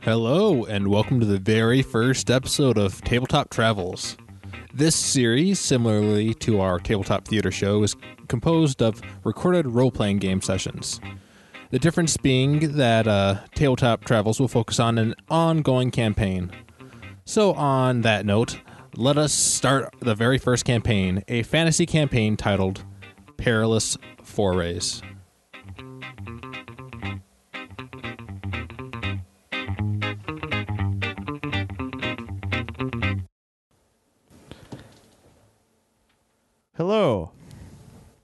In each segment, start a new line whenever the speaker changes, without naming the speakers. Hello, and welcome to the very first episode of Tabletop Travels. This series, similarly to our tabletop theater show, is composed of recorded role playing game sessions. The difference being that uh, Tabletop Travels will focus on an ongoing campaign. So, on that note, let us start the very first campaign, a fantasy campaign titled Perilous Forays.
Hello.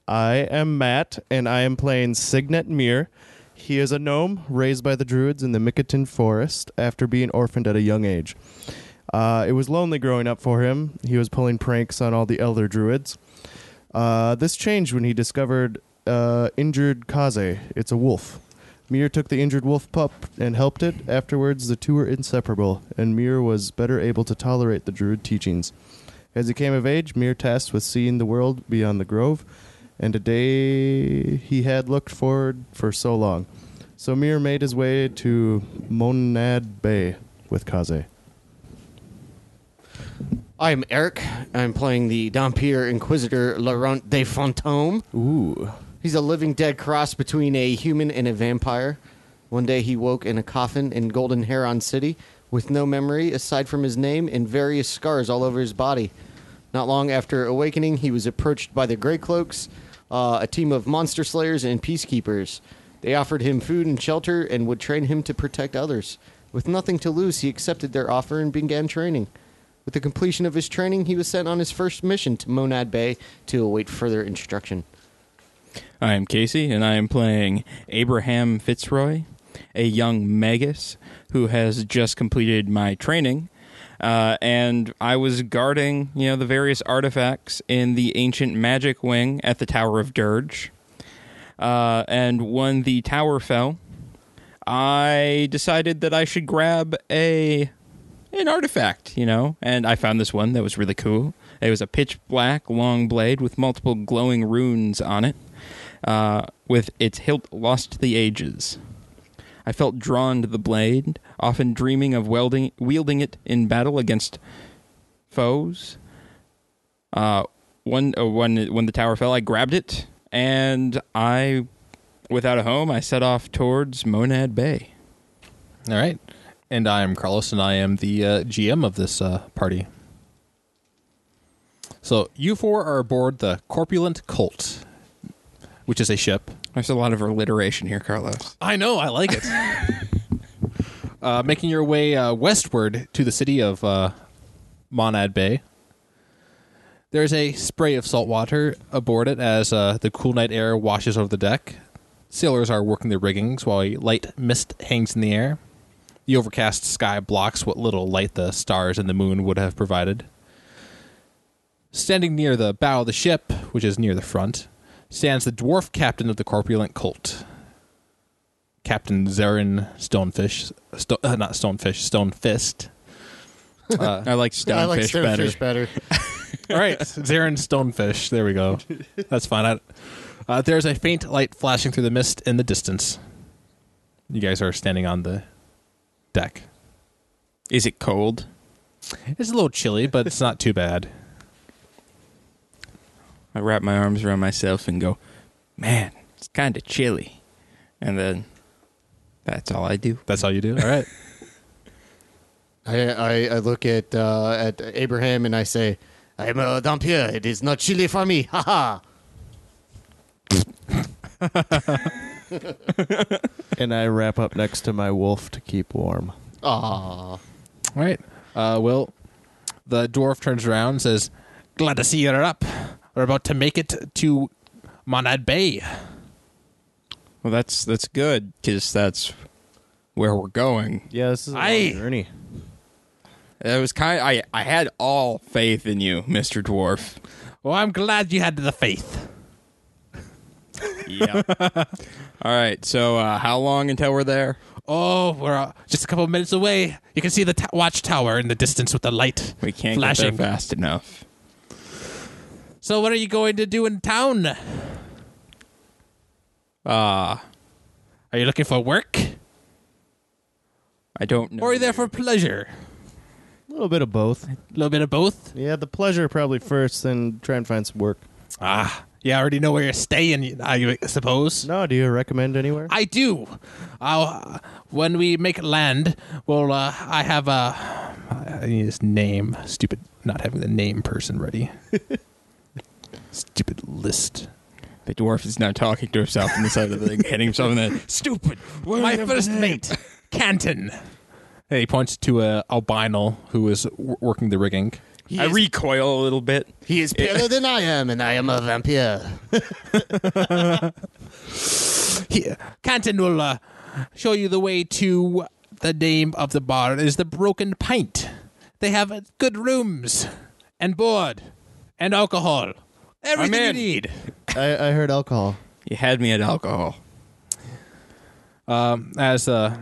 I am Matt, and I am playing Signet Mir. He is a gnome raised by the druids in the Micotin Forest after being orphaned at a young age. Uh, it was lonely growing up for him. He was pulling pranks on all the elder druids. Uh, this changed when he discovered uh, injured Kaze. It's a wolf. Mir took the injured wolf pup and helped it. Afterwards, the two were inseparable, and Mir was better able to tolerate the druid teachings. As he came of age, Mir tasked with seeing the world beyond the grove, and a day he had looked forward for so long. So Mir made his way to Monad Bay with Kaze.
I'm Eric. I'm playing the Dampier Inquisitor Laurent de Fantôme.
Ooh.
He's a living dead cross between a human and a vampire. One day he woke in a coffin in Golden Heron City with no memory aside from his name and various scars all over his body. Not long after awakening, he was approached by the Greycloaks, uh, a team of monster slayers and peacekeepers. They offered him food and shelter and would train him to protect others. With nothing to lose, he accepted their offer and began training. With the completion of his training, he was sent on his first mission to Monad Bay to await further instruction.
I am Casey, and I am playing Abraham Fitzroy, a young magus who has just completed my training. Uh, and I was guarding, you know, the various artifacts in the ancient magic wing at the Tower of Dirge. Uh, and when the tower fell, I decided that I should grab a an artifact, you know, and I found this one that was really cool. It was a pitch black long blade with multiple glowing runes on it, uh, with its hilt lost to the ages. I felt drawn to the blade, often dreaming of welding, wielding it in battle against foes. Uh, when, uh, when, when the tower fell, I grabbed it, and I, without a home, I set off towards Monad Bay.
All right. And I am Carlos, and I am the uh, GM of this uh, party. So you four are aboard the Corpulent Colt, which is a ship.
There's a lot of alliteration here, Carlos.
I know, I like it. uh, making your way uh, westward to the city of uh, Monad Bay. There's a spray of salt water aboard it as uh, the cool night air washes over the deck. Sailors are working their riggings while a light mist hangs in the air. The overcast sky blocks what little light the stars and the moon would have provided. Standing near the bow of the ship, which is near the front, stands the dwarf captain of the corpulent cult, Captain Zarin Stonefish, sto- uh, not Stonefish, Stonefist.
Uh, I like stonefish better.
better.
All right, Zarin Stonefish. There we go. That's fine. I, uh, there's a faint light flashing through the mist in the distance. You guys are standing on the deck.
Is it cold?
It's a little chilly, but it's not too bad.
I wrap my arms around myself and go, man, it's kind of chilly. And then that's all I do.
That's all you do. All right.
I, I, I look at uh, at Abraham and I say, "I'm a Dampier. It is not chilly for me." Ha ha.
And I wrap up next to my wolf to keep warm.
Aww.
All right. Uh, well, the dwarf turns around and says, Glad to see you're up. We're about to make it to Monad Bay.
Well, that's that's good because that's where we're going.
Yeah, this is a
Aye.
journey.
That was kind. I I had all faith in you, Mister Dwarf.
Well, I'm glad you had the faith.
Yeah. all right. So uh, how long until we're there?
Oh, we're uh, just a couple of minutes away. You can see the ta- watchtower in the distance with the light
We can't
flashing.
get there fast enough.
So, what are you going to do in town?
Ah,
Are you looking for work?
I don't know.
Or are you there for pleasure?
A little bit of both.
A little bit of both?
Yeah, the pleasure probably first, then try and find some work.
Ah, yeah, I already know where you're staying, I suppose.
No, do you recommend anywhere?
I do. I'll, when we make land, well, uh, I have a. I need his name. Stupid, not having the name person ready. Stupid list.
The dwarf is now talking to himself on the side of the thing, hitting himself in the stupid.
My first mate, Canton. Hey, he points to a albino who is w- working the rigging.
He
I
is,
recoil a little bit.
he is paler than I am, and I am a vampire.
He, Canton will uh, show you the way to the name of the bar is the Broken Pint. They have uh, good rooms and board and alcohol. Everything you
in.
need.
I, I heard alcohol.
You had me at alcohol.
as uh,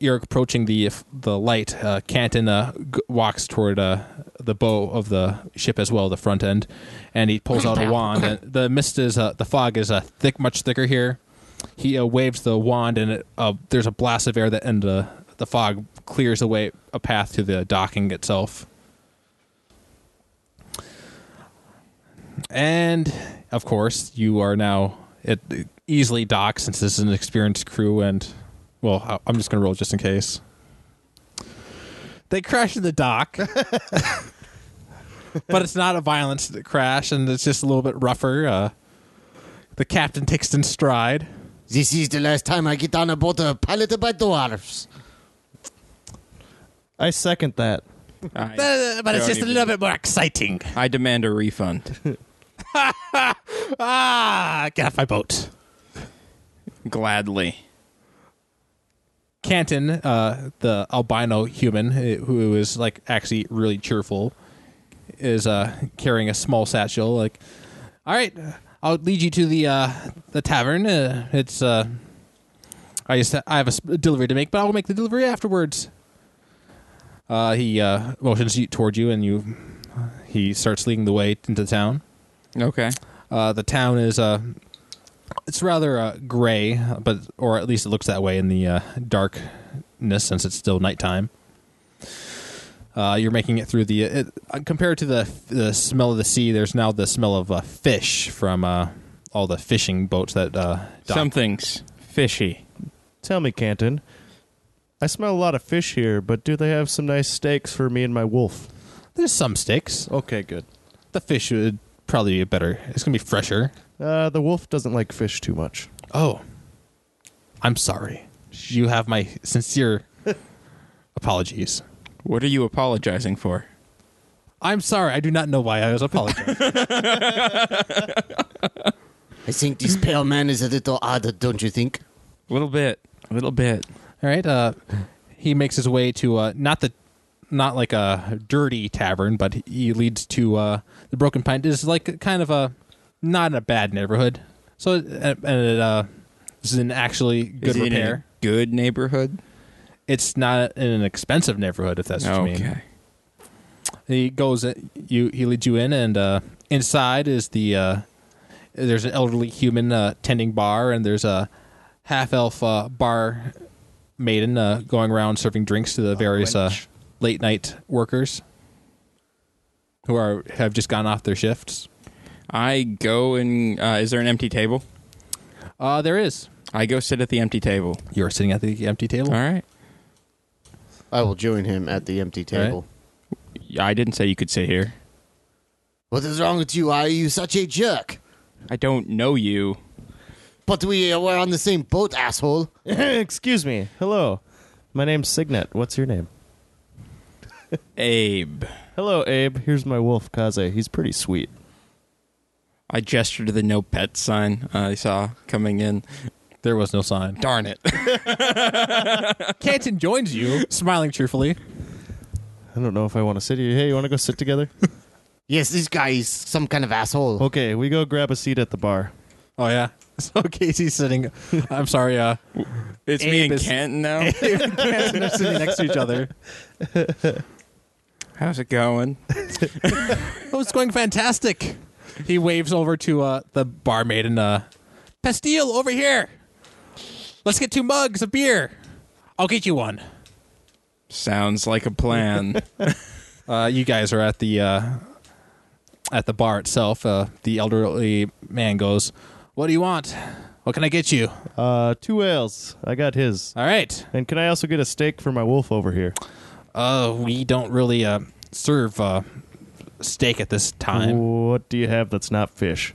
you're approaching the the light, uh, Canton uh, g- walks toward uh, the bow of the ship as well, the front end, and he pulls out a wand. And the mist is uh, the fog is uh, thick, much thicker here. He uh, waves the wand, and it, uh, there's a blast of air that and uh, the fog clears away a path to the docking itself. And of course, you are now it easily docked since this is an experienced crew. And well, I- I'm just gonna roll just in case. They crash in the dock, but it's not a violent crash, and it's just a little bit rougher. Uh, the captain takes it in stride.
This is the last time I get on a boat uh, piloted by dwarves.
I second that.
I,
Uh, But it's just
Don't
a
even-
little bit more exciting.
I demand a refund.
Ah, get off my boat.
Gladly.
Canton, uh, the albino human uh, who is like actually really cheerful, is uh, carrying a small satchel. Like, all right, I'll lead you to the uh, the tavern. Uh, it's uh, I just I have a s- delivery to make, but I'll make the delivery afterwards. Uh, he uh, motions you toward you, and you he starts leading the way into town.
Okay.
Uh, the town is uh, it's rather uh, gray, but or at least it looks that way in the uh, darkness since it's still nighttime. Uh, you're making it through the it, uh, compared to the the smell of the sea. There's now the smell of uh, fish from uh, all the fishing boats that uh, dock.
Something's fishy.
Tell me, Canton. I smell a lot of fish here, but do they have some nice steaks for me and my wolf?
There's some sticks.
Okay, good.
The fish would probably be better. It's gonna be fresher.
Uh, the wolf doesn't like fish too much.
Oh, I'm sorry. You have my sincere apologies.
What are you apologizing for?
I'm sorry. I do not know why I was apologizing.
I think this pale man is a little odd, don't you think?
A little bit. A little bit.
All right. Uh, he makes his way to uh, not the not like a dirty tavern, but he leads to uh, the Broken Pint. This is like kind of a not in a bad neighborhood. So uh, and it, uh, this is in actually good
Is it in a
repair.
good neighborhood.
it's not in an expensive neighborhood, if that's what you mean.
Okay.
He goes, uh, you he leads you in, and uh, inside is the uh, there's an elderly human uh, tending bar, and there's a half elf uh, bar maiden uh, going around serving drinks to the various uh,
wench.
late night workers who are have just gone off their shifts.
I go and uh, is there an empty table?
Uh, there is.
I go sit at the empty table.
You're sitting at the empty table.
All right.
I will join him at the empty table.
Right.
I didn't say you could sit here.
What is wrong with you? Why are you such a jerk?
I don't know you.
But we uh, were on the same boat, asshole.
Excuse me. Hello. My name's Signet. What's your name?
Abe.
Hello, Abe. Here's my wolf, Kaze. He's pretty sweet.
I gestured to the no pet sign I saw coming in.
There was no sign.
Darn it.
Canton joins you, smiling cheerfully.
I don't know if I want to sit here. Hey, you want to go sit together?
Yes, this guy is some kind of asshole.
okay, we go grab a seat at the bar.
Oh yeah. So Casey's sitting. I'm sorry. Uh,
It's
Abe
me and
is-
Canton now.
Canton are sitting next to each other.
How's it going?
Oh, it's going fantastic. He waves over to uh, the barmaid and uh, Pastille over here. Let's get two mugs of beer. I'll get you one.
Sounds like a plan.
Uh, you guys are at the uh, at the bar itself. Uh, the elderly man goes, "What do you want? What can I get you?"
Uh, two ales. I got his.
All right.
And can I also get a steak for my wolf over here?
Uh, we don't really uh, serve uh, steak at this time.
What do you have that's not fish?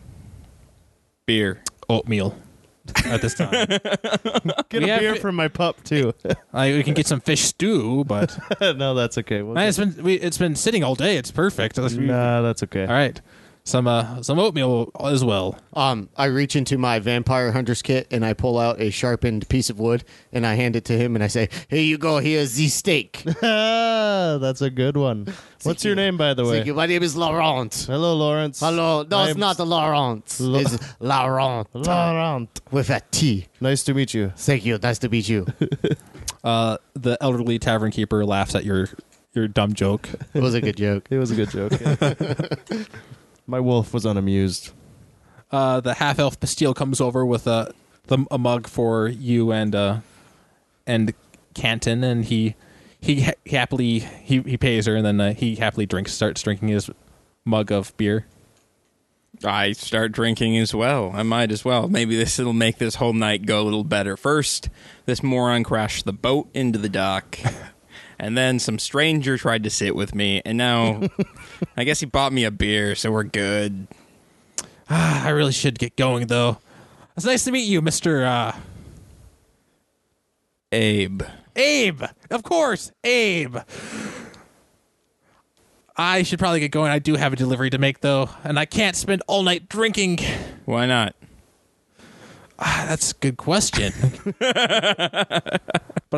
Beer.
Oatmeal at this time.
Get
We
a
have
beer
fi-
from my pup too.
I, we can get some fish stew, but
no, that's okay. We'll
man,
get-
it's been we, it's been sitting all day. It's perfect. All
Nah, that's okay.
right. Some uh, some oatmeal as well.
Um, I reach into my vampire hunter's kit and I pull out a sharpened piece of wood and I hand it to him and I say, "Here you go. Here's the steak."
Ah, that's a good one. What's your
you.
name, by the way?
Thank you. My name is Laurent.
Hello, Lawrence.
Hello. No,
I
it's
am
not Laurent. It's Laurent
Laurent.
with a T.
Nice to meet you.
Thank you. Nice to meet you.
Uh, the elderly tavern keeper laughs at your your dumb joke.
It was a good joke.
It was a good joke. yeah. my wolf was unamused.
Uh, the half elf Bastille comes over with a the, a mug for you and uh, and Canton, and he he ha- happily he, he pays her, and then uh, he happily drinks starts drinking his mug of beer.
I start drinking as well. I might as well. Maybe this will make this whole night go a little better. First, this moron crashed the boat into the dock. And then some stranger tried to sit with me. And now I guess he bought me a beer, so we're good.
Ah, I really should get going though. It's nice to meet you, Mister uh,
Abe.
Abe. Of course, Abe. I should probably get going. I do have a delivery to make though, and I can't spend all night drinking. Ah,
Why not?
That's a good question. but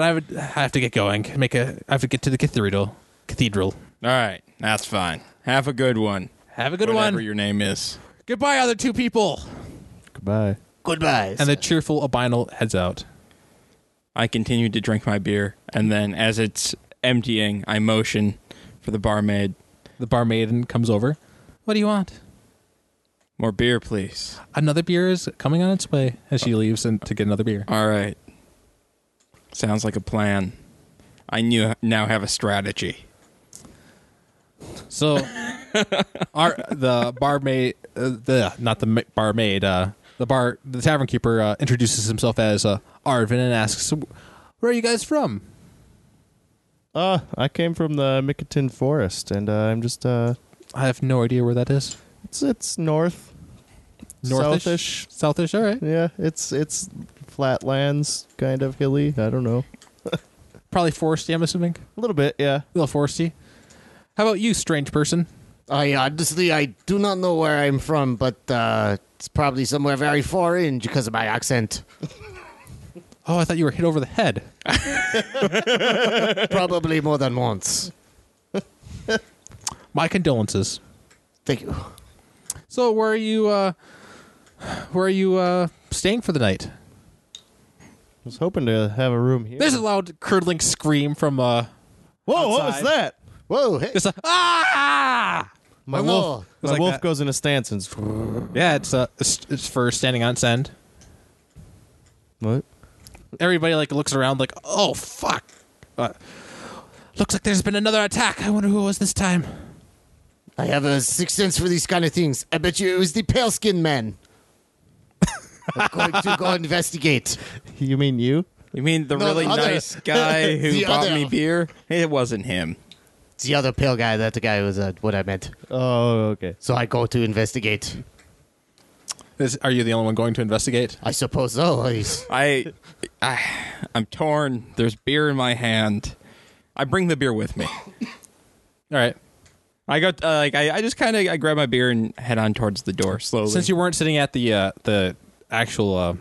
I would I have to get going. Make a I have to get to the cathedral. Cathedral.
All right. That's fine. Have a good one.
Have a good
Whatever
one.
your name is.
Goodbye, other two people.
Goodbye.
Goodbye.
And the cheerful Abinal heads out.
I continued to drink my beer. And then as it's emptying, I motion for the barmaid.
The barmaiden comes over. What do you want?
More beer, please.
Another beer is coming on its way as she leaves and to get another beer.
All right. Sounds like a plan. I knew now have a strategy.
So, our the barmaid, uh, the not the ma- barmaid, uh, the bar, the tavern keeper uh, introduces himself as uh, Arvin and asks, "Where are you guys from?"
Uh, I came from the Micotin Forest, and uh, I'm just uh,
I have no idea where that is.
it's it's north,
Northish,
southish.
southish. All right,
Yeah, it's it's flatlands, kind of hilly. I don't know.
probably foresty. I'm assuming
A little bit, yeah.
a little foresty. How about you, strange person?
I honestly, I do not know where I'm from, but uh, it's probably somewhere very foreign because of my accent.
Oh, I thought you were hit over the head.
probably more than once.
My condolences.
Thank you.
So, where are you? Uh, where are you uh, staying for the night?
I was hoping to have a room here.
There's a loud curdling scream from uh,
Whoa, what was
outside.
that?
Whoa! Hey.
just a, ah.
My
Oh,
wolf,
no.
my
like
wolf
that.
goes in a stance and
Yeah, it's uh, it's, it's for standing on its end.
what?
Everybody like looks around like, oh fuck. Uh, looks like there's been another attack. I wonder who it was this time.
I have a sixth sense for these kind of things. I bet you it was the pale skinned man. I'm going to go investigate.
You mean you?
You mean the
No,
really
the other-
nice guy who
the
bought
other.
me beer? It wasn't him.
It's the other pale guy. That guy was uh, what I meant.
Oh, okay.
So I go to investigate.
Is, are you the only one going to investigate?
I suppose so. He's-
I, I, I'm torn. There's beer in my hand. I bring the beer with me.
All right.
I got uh, like I, I just kind of I grab my beer and head on towards the door slowly.
Since you weren't sitting at the uh, the actual uh,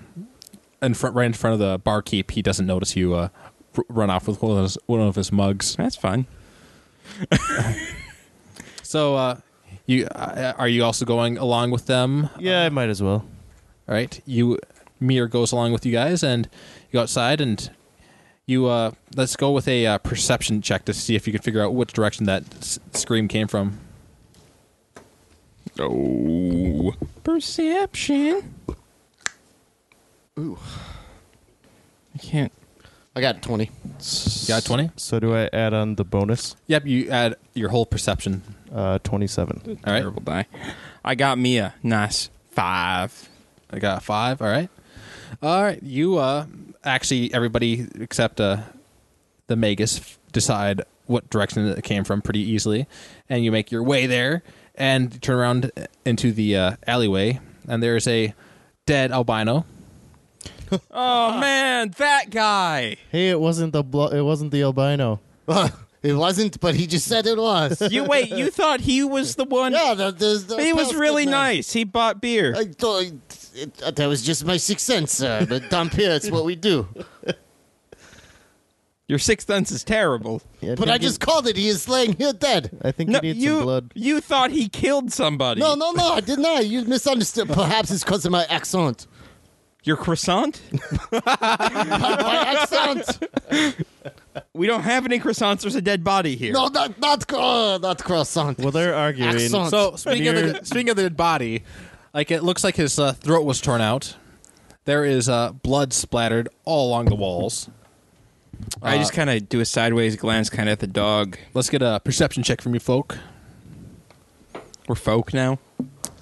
in front, right in front of the barkeep, he doesn't notice you uh, r- run off with one of his, one of his mugs.
that's fine.
So, uh, you uh, are you also going along with them?
Yeah, I might as well.
All right, you Mir goes along with you guys, and you go outside, and you uh, let's go with a uh, perception check to see if you can figure out which direction that s- scream came from.
Oh, perception. Ooh, I can't.
I got 20.
You got 20?
So do I add on the bonus?
Yep, you add your whole perception.
Uh, 27.
All right.
Terrible die. I got Mia. Nice. Five.
I got five. All right. All right. You uh actually everybody except uh the Magus f- decide what direction it came from pretty easily, and you make your way there and you turn around into the uh, alleyway, and there is a dead albino.
Oh man, that guy.
Hey, it wasn't the blo- it wasn't the albino.
it wasn't, but he just said it was.
You wait, you thought he was the one
yeah, the, the, the
He was
past
really
man.
nice. He bought beer.
I thought it, uh, that was just my sixth sense, sir. But down here, it's what we do.
Your sixth sense is terrible.
Yeah,
But I
think
just called it. He is laying here dead.
it- I think
No,
you need
you
some blood.
you thought he killed somebody.
No, no, no, I did not. You misunderstood. Perhaps it's because of my accent.
Your croissant?
My accent.
we don't have any croissants. There's a dead body here.
No, not not uh, not croissant.
Well, they're arguing.
Axon.
So speaking of the, speaking of the body, like it looks like his uh, throat was torn out. There is uh, blood splattered all along the walls.
I
Uh.
just kind of do a sideways glance, kind of at the dog.
Let's get a perception check from you folk,
We're folk now.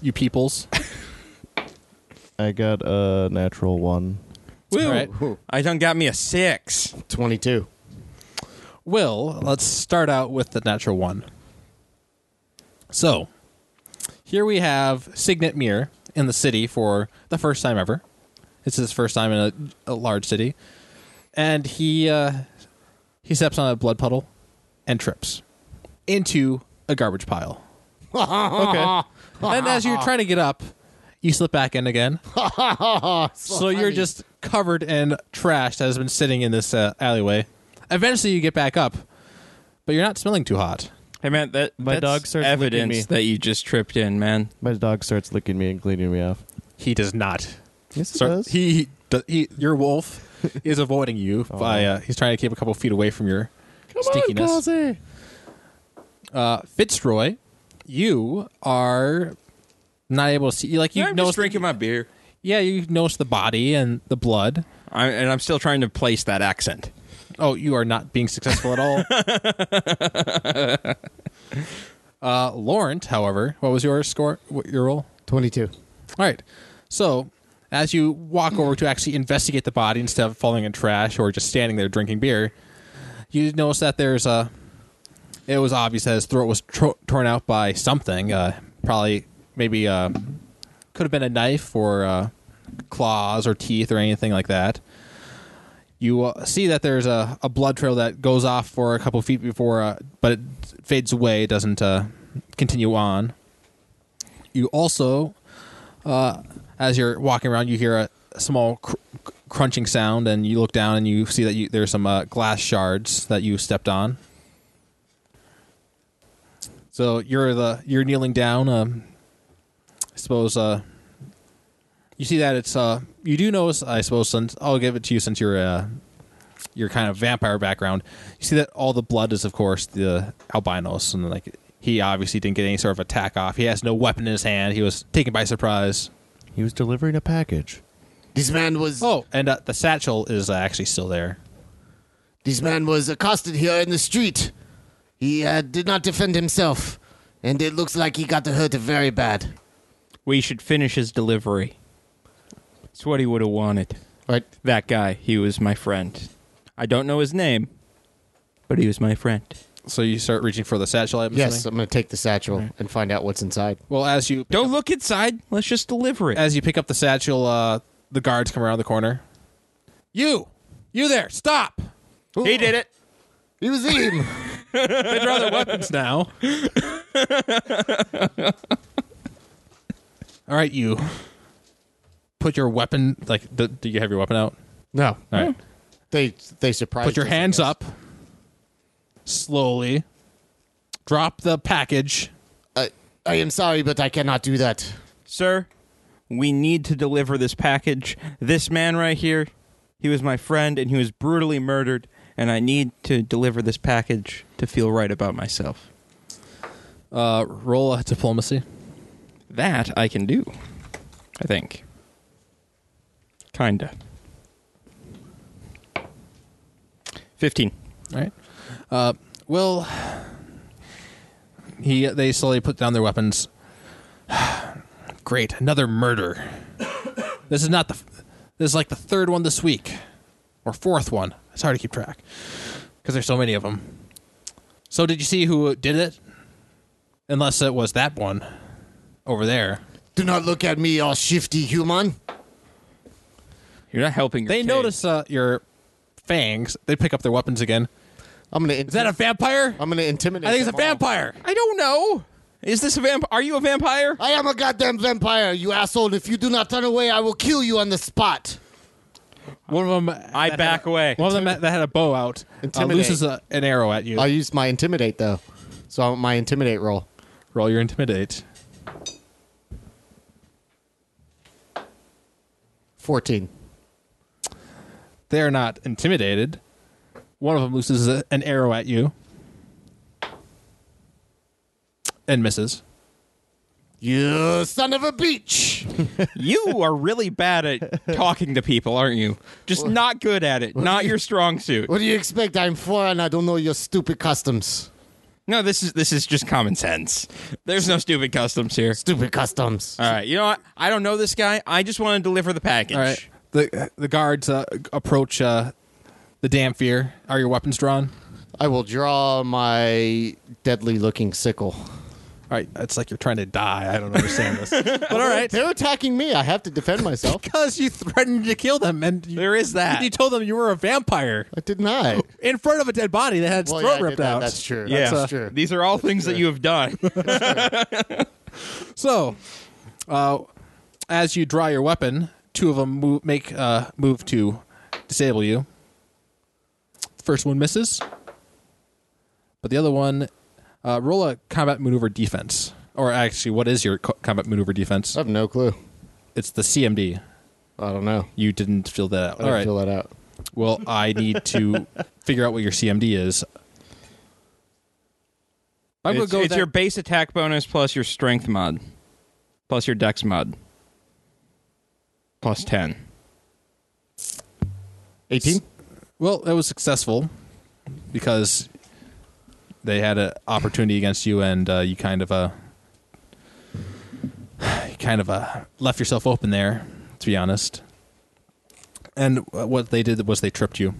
you peoples.
I got a natural one.
Woo!
All right.
I done got me a six.
Twenty-two.
Will, let's start out with the natural one. So, here we have Signet Mirror in the city for the first time ever. It's his first time in a, a large city, and he uh, he steps on a blood puddle and trips into a garbage pile.
Okay.
and as you're trying to get up, you slip back in again. so you're just covered in trash that has been sitting in this uh, alleyway. Eventually, you get back up, but you're not smelling too hot.
Hey man, that
My
that's
dog starts licking
evidence
me.
that you just tripped in, man.
My dog starts licking me and cleaning me off.
He does not.
Yes, it
So
does.
He, he, do- he your wolf is avoiding you by uh, he's trying to keep a couple feet away from your stickiness.
Kazi.
uh, Fitzroy, you are not able to see. Like you
Yeah, I'm
notice,
just drinking my beer,
yeah, you notice the body and the blood.
I, and I'm still trying to place that accent.
Oh, you are not being successful at all. uh, Laurent, however, what was your score? What, your roll?
twenty-two.
All right. So, as you walk over to actually investigate the body instead of falling in trash or just standing there drinking beer, you notice that there's a. It was obvious that his throat was tro- torn out by something. Uh, probably, maybe, uh, could have been a knife or uh, claws or teeth or anything like that. You uh, see that there's a, a blood trail that goes off for a couple feet before, uh, but it fades away, doesn't uh, continue on. You also as you're walking around, you hear a small cr- cr- crunching sound, and you look down and you see that you, there's some uh, glass shards that you stepped on. So you're the you're kneeling down. Um, I suppose uh, you see that it's uh, you do notice. I suppose since I'll give it to you since you're uh, your kind of vampire background, you see that all the blood is, of course, the albinos, and like he obviously didn't get any sort of attack off. He has no weapon in his hand. He was taken by surprise.
He was delivering a package.
This man was.
Oh, and uh, the satchel is uh, actually still there.
This man was accosted here in the street. He uh, did not defend himself, and it looks like he got hurt very bad.
We should finish his delivery. It's what he would have wanted.
Right.
That guy, he was my friend. I don't know his name, but he was my friend.
So you start reaching for the satchel. I'm
Yes,
assuming?
I'm going to take the satchel and find out what's inside.
Well, as you
Don't look inside. Let's just deliver it.
as you pick up the satchel, uh, the guards come around the corner. You, you there? Stop!
he did it.
He was him.
They draw their weapons now. All right, you. Put your weapon. Like, do, do you have your weapon out?
no,
All right.
they they surprised.
Put your
us, I
hands
guess.
up. Slowly. Drop the package.
I, I am sorry, but I cannot do that.
Sir, we need to deliver this package. This man right here, he was my friend and he was brutally murdered, and I need to deliver this package to feel right about myself.
Uh, roll a diplomacy.
That I can do. I think. Kinda. Fifteen.
All right. Uh, well, he they slowly put down their weapons. Great, another murder. this is not the. This is like the third one this week, or fourth one. It's hard to keep track because there's so many of them. So did you see who did it? Unless it was that one over there.
Do not look at me, all shifty human.
You're not helping. Your
They
case.
notice uh, your fangs. They pick up their weapons again.
I'm gonna.
Is that a vampire?
I'm gonna intimidate.
I think it's a
them all.
vampire.
I don't know. Is this a vamp? Are you a vampire?
I am a goddamn vampire, you asshole! If you do not turn away, I will kill you on the spot.
One of them.
I back away.
One of them that had a bow out uh,
Intimidate.
loses a, an arrow at you.
I used my intimidate though, so I want my intimidate roll.
Roll your intimidate.
Fourteen.
They're not intimidated. One of them loses a, an arrow at you and misses.
You son of a bitch!
you are really bad at talking to people, aren't you? Just not good at it. Not your strong suit.
what do you expect? I'm foreign. I don't know your stupid customs.
No, this is this is just common sense. There's no stupid customs here.
Stupid customs.
All right, you know what? I don't know this guy. I just want to deliver the package.
All right. The the guards uh, approach uh, the Damphir. Are your weapons drawn?
I will draw my deadly-looking sickle.
All right. It's like you're trying to die. I don't understand this. but all right.
They're attacking me. I have to defend myself.
Because you threatened to kill them, and you,
There is that.
You told them you were a vampire
I did not.
in front of a dead body that had its
Well, yeah,
throat
I did
ripped
that.
out.
That's true.
Yeah.
That's true.
These are all things that you have done.
So, uh, as you draw your weapon, two of them move, make uh, move to disable you. First one misses, but the other one uh, roll a combat maneuver defense. Or actually, what is your co- combat maneuver defense?
I have no clue.
It's the CMD.
I don't know.
You didn't fill that out.
I
All
didn't
right.
fill that out.
Well, I need to figure out what your CMD is. I'm gonna
it's
go. with
it's
that-
your base attack bonus plus your strength mod, plus your dex mod, plus ten.
18?
Well, that was successful because they had an opportunity against you, and uh, you kind of uh, you kind of uh, left yourself open there, to be honest. And uh, what they did was they tripped you.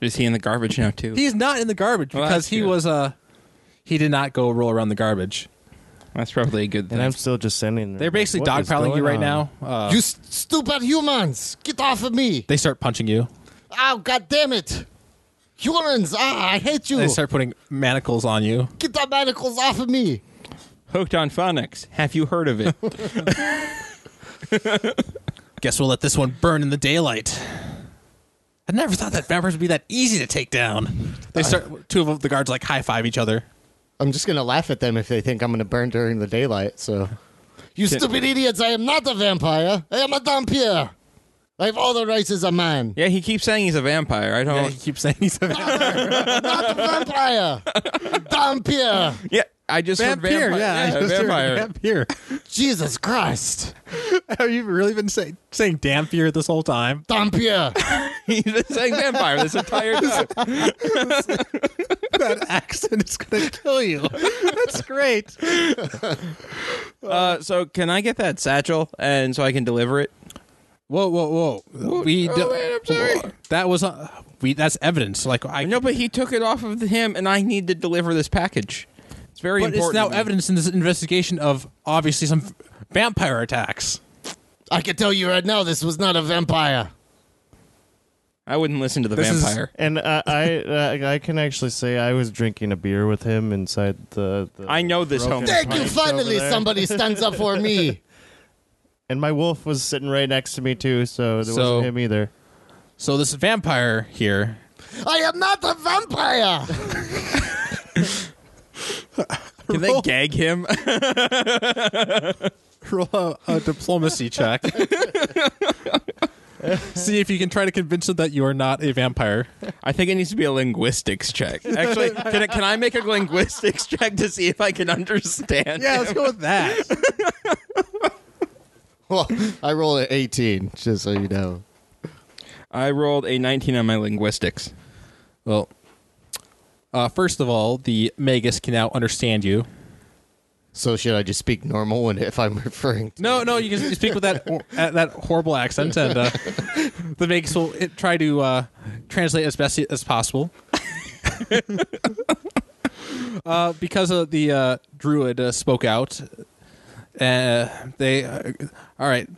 Is he in the garbage now too?
He's not in the garbage
Well,
because
that's
he
good.
was uh he did not go roll around the garbage.
That's probably a good thing.
And I'm still just standing there.
They're basically dogpiling you right now. Uh,
you st- stupid humans! Get off of me!
they start punching you.
Ow, god damn it! Humans! Ah, I hate you!
They start putting manacles on you.
Get the manacles off of me!
Hooked on phonics. Have you heard of it?
Guess we'll let this one burn in the daylight. I never thought that vampires would be that easy to take down. They start two of the guards like high five each other.
I'm just gonna laugh at them if they think I'm gonna burn during the daylight, so. You stupid idiots! I am not a vampire! I am a vampire! I have all the rights as a man!
yeah, he keeps saying he's a vampire. I
Oh,
don't.
he keeps saying he's a vampire.
Not a vampire! vampire!
Yeah, I just heard vampire. vampire.
vampire.
Jesus Christ!
Have you really been say, saying dampier this whole time?
Vampire!
He's been saying vampire this entire time.
That accent is gonna kill you. That's great.
Uh, so can I get that satchel and so I can deliver it?
Whoa, whoa, whoa! We do-
wait, I'm sorry.
That was uh, we. That's evidence. Like I
No, but he took it off of him, and I need to deliver this package. It's very
But it's
important.
now
to me.
evidence in this investigation of obviously some vampire attacks.
I can tell you right now this was not a vampire!
I wouldn't listen to the
This is-
vampire.
And uh, I, uh, I can actually say I was drinking a beer with him inside the. the
I know this
broken
homo.
Thank you!
pipes
Finally,
over there.
somebody stands up for me!
And my wolf was sitting right next to me too, so it
So-
wasn't him either.
So this vampire here
I am not a vampire!
Can they gag him?
roll a, a diplomacy check. See if you can try to convince him that you are not a vampire.
I think it needs to be a linguistics check. Actually, can, I- can I make a linguistics check to see if I can understand? him?
go with that.
Well, I roll an 18, just so you know.
I rolled a 19 on my linguistics.
Well, uh, first of all, the Magus can now understand you.
So should I just speak normal when if I'm referring? To
No, no, you can speak with that uh, that horrible accent, and uh, the Magus will uh, try to uh, translate as best as possible. uh, because of the uh, druid uh, spoke out, uh, they uh, all right.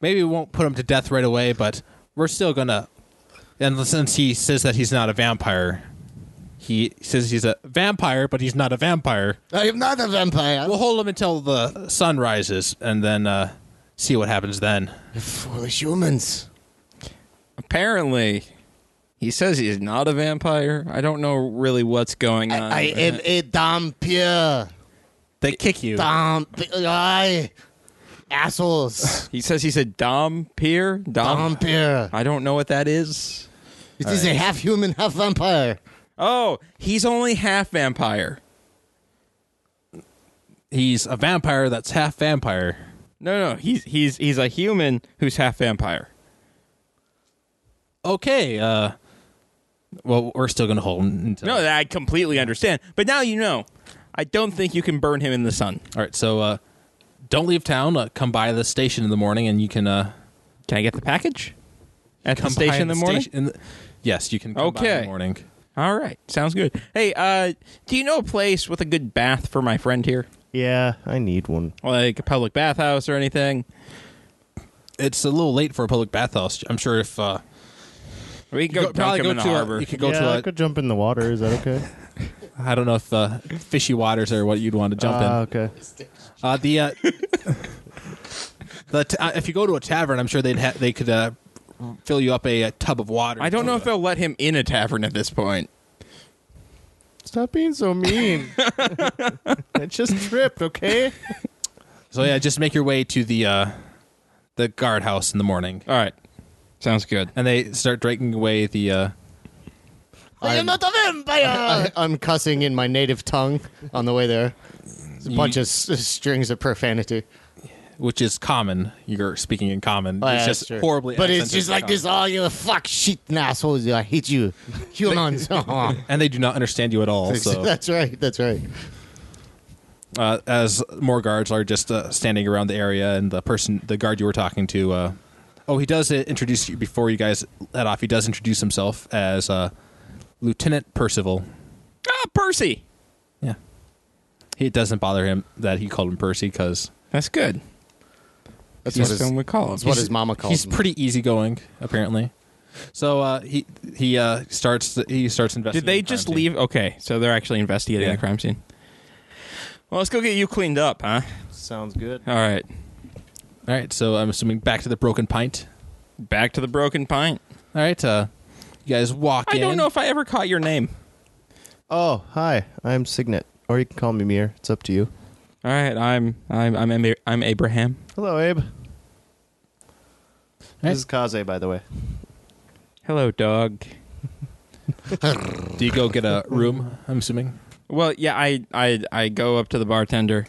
Maybe we won't put him to death right away, but we're still gonna. And since he says that he's not a vampire, he says he's a vampire, but he's not a vampire.
I am not a vampire.
We'll hold him until the sun rises and then uh, see what happens then.
Foolish humans.
Apparently, he says he's not a vampire. I don't know really what's going on.
I am a vampire.
They kick you.
Vampire. Assholes.
he says he's a dom peer.
Um,
Dom.
Vampire.
I don't know what that is.
It is a half human, half vampire.
Oh, he's only half vampire.
He's a vampire that's half vampire.
No, no, he's he's he's a human who's half vampire.
Okay, uh well, we're still going to hold him until.
No, I completely understand. But now you know. I don't think you can burn him in the sun.
All right, so uh don't leave town. Uh, come by the station in the morning and you can uh
Can I get the package? At
come
the
by
station in the morning?
station- in the- yes, you can come by in
Okay.
the morning.
All right. Sounds good. Hey, uh, do you know a place with a good bath for my friend here?
Yeah, I need one.
Like a public bathhouse or anything?
It's a little late for a public bathhouse. I'm sure if uh
We can
you
go,
could
dunk him
go
in the
to a-
harbor.
you could go
yeah,
to
I
a,
could jump in the water. Is that okay?
I don't know if uh, fishy waters are what you'd want to jump in.
Ah, okay.
Uh, the uh, the t- uh, if you go to a tavern, I'm sure they'd ha- they could uh, fill you up a, uh tub of water.
I don't know if they'll let him in a tavern at this point.
Stop being so mean. I just tripped, okay?
So yeah, just make your way to the uh, the guardhouse in the morning,
All right. Sounds good.
and they start dragging away the. Uh,
I am not a vampire. I, am cussing in my native tongue on the way there. It's a bunch of s- s- strings of profanity.
which is common. You're speaking in common.
Oh, yeah,
it's
that's
just
true.
horribly.
But it's
accented
just like
common.
this. Oh, you fuck shit assholes. I hate you, humans. Oh.
and they do not understand you at all. So,
that's right. That's right.
uh, as more guards are just uh, standing around the area, and the person, the guard you were talking to, uh, oh, he does uh, introduce you before you guys head off. He does introduce himself as uh, Lieutenant Percival.
Ah, Percy.
Yeah. It doesn't bother him that he called him Percy because
That's good.
That's
That's
what
what
his,
we call him.
that's what his mama calls
he's
him.
pretty easygoing, apparently. So uh, he he uh, starts he starts
Did
investigating. the
they just
crime scene.
leave? Okay, so they're actually investigating
Yeah.
the crime scene. Well, let's go get you cleaned up, huh?
Sounds good.
All right.
All right, so I'm assuming back to the broken pint.
Back to the broken pint.
All right, uh, you guys walk
I
in.
don't know if I ever caught your name.
Oh, hi. I'm Signet. Or you can call me Mir. It's up to you.
All right, I'm I'm I'm Ab- I'm Abraham.
Hello, Abe.
Hey.
This is Kaze, by the way.
Hello, dog.
Do you go get a room? I'm assuming.
Well, yeah, I I I go up to the bartender.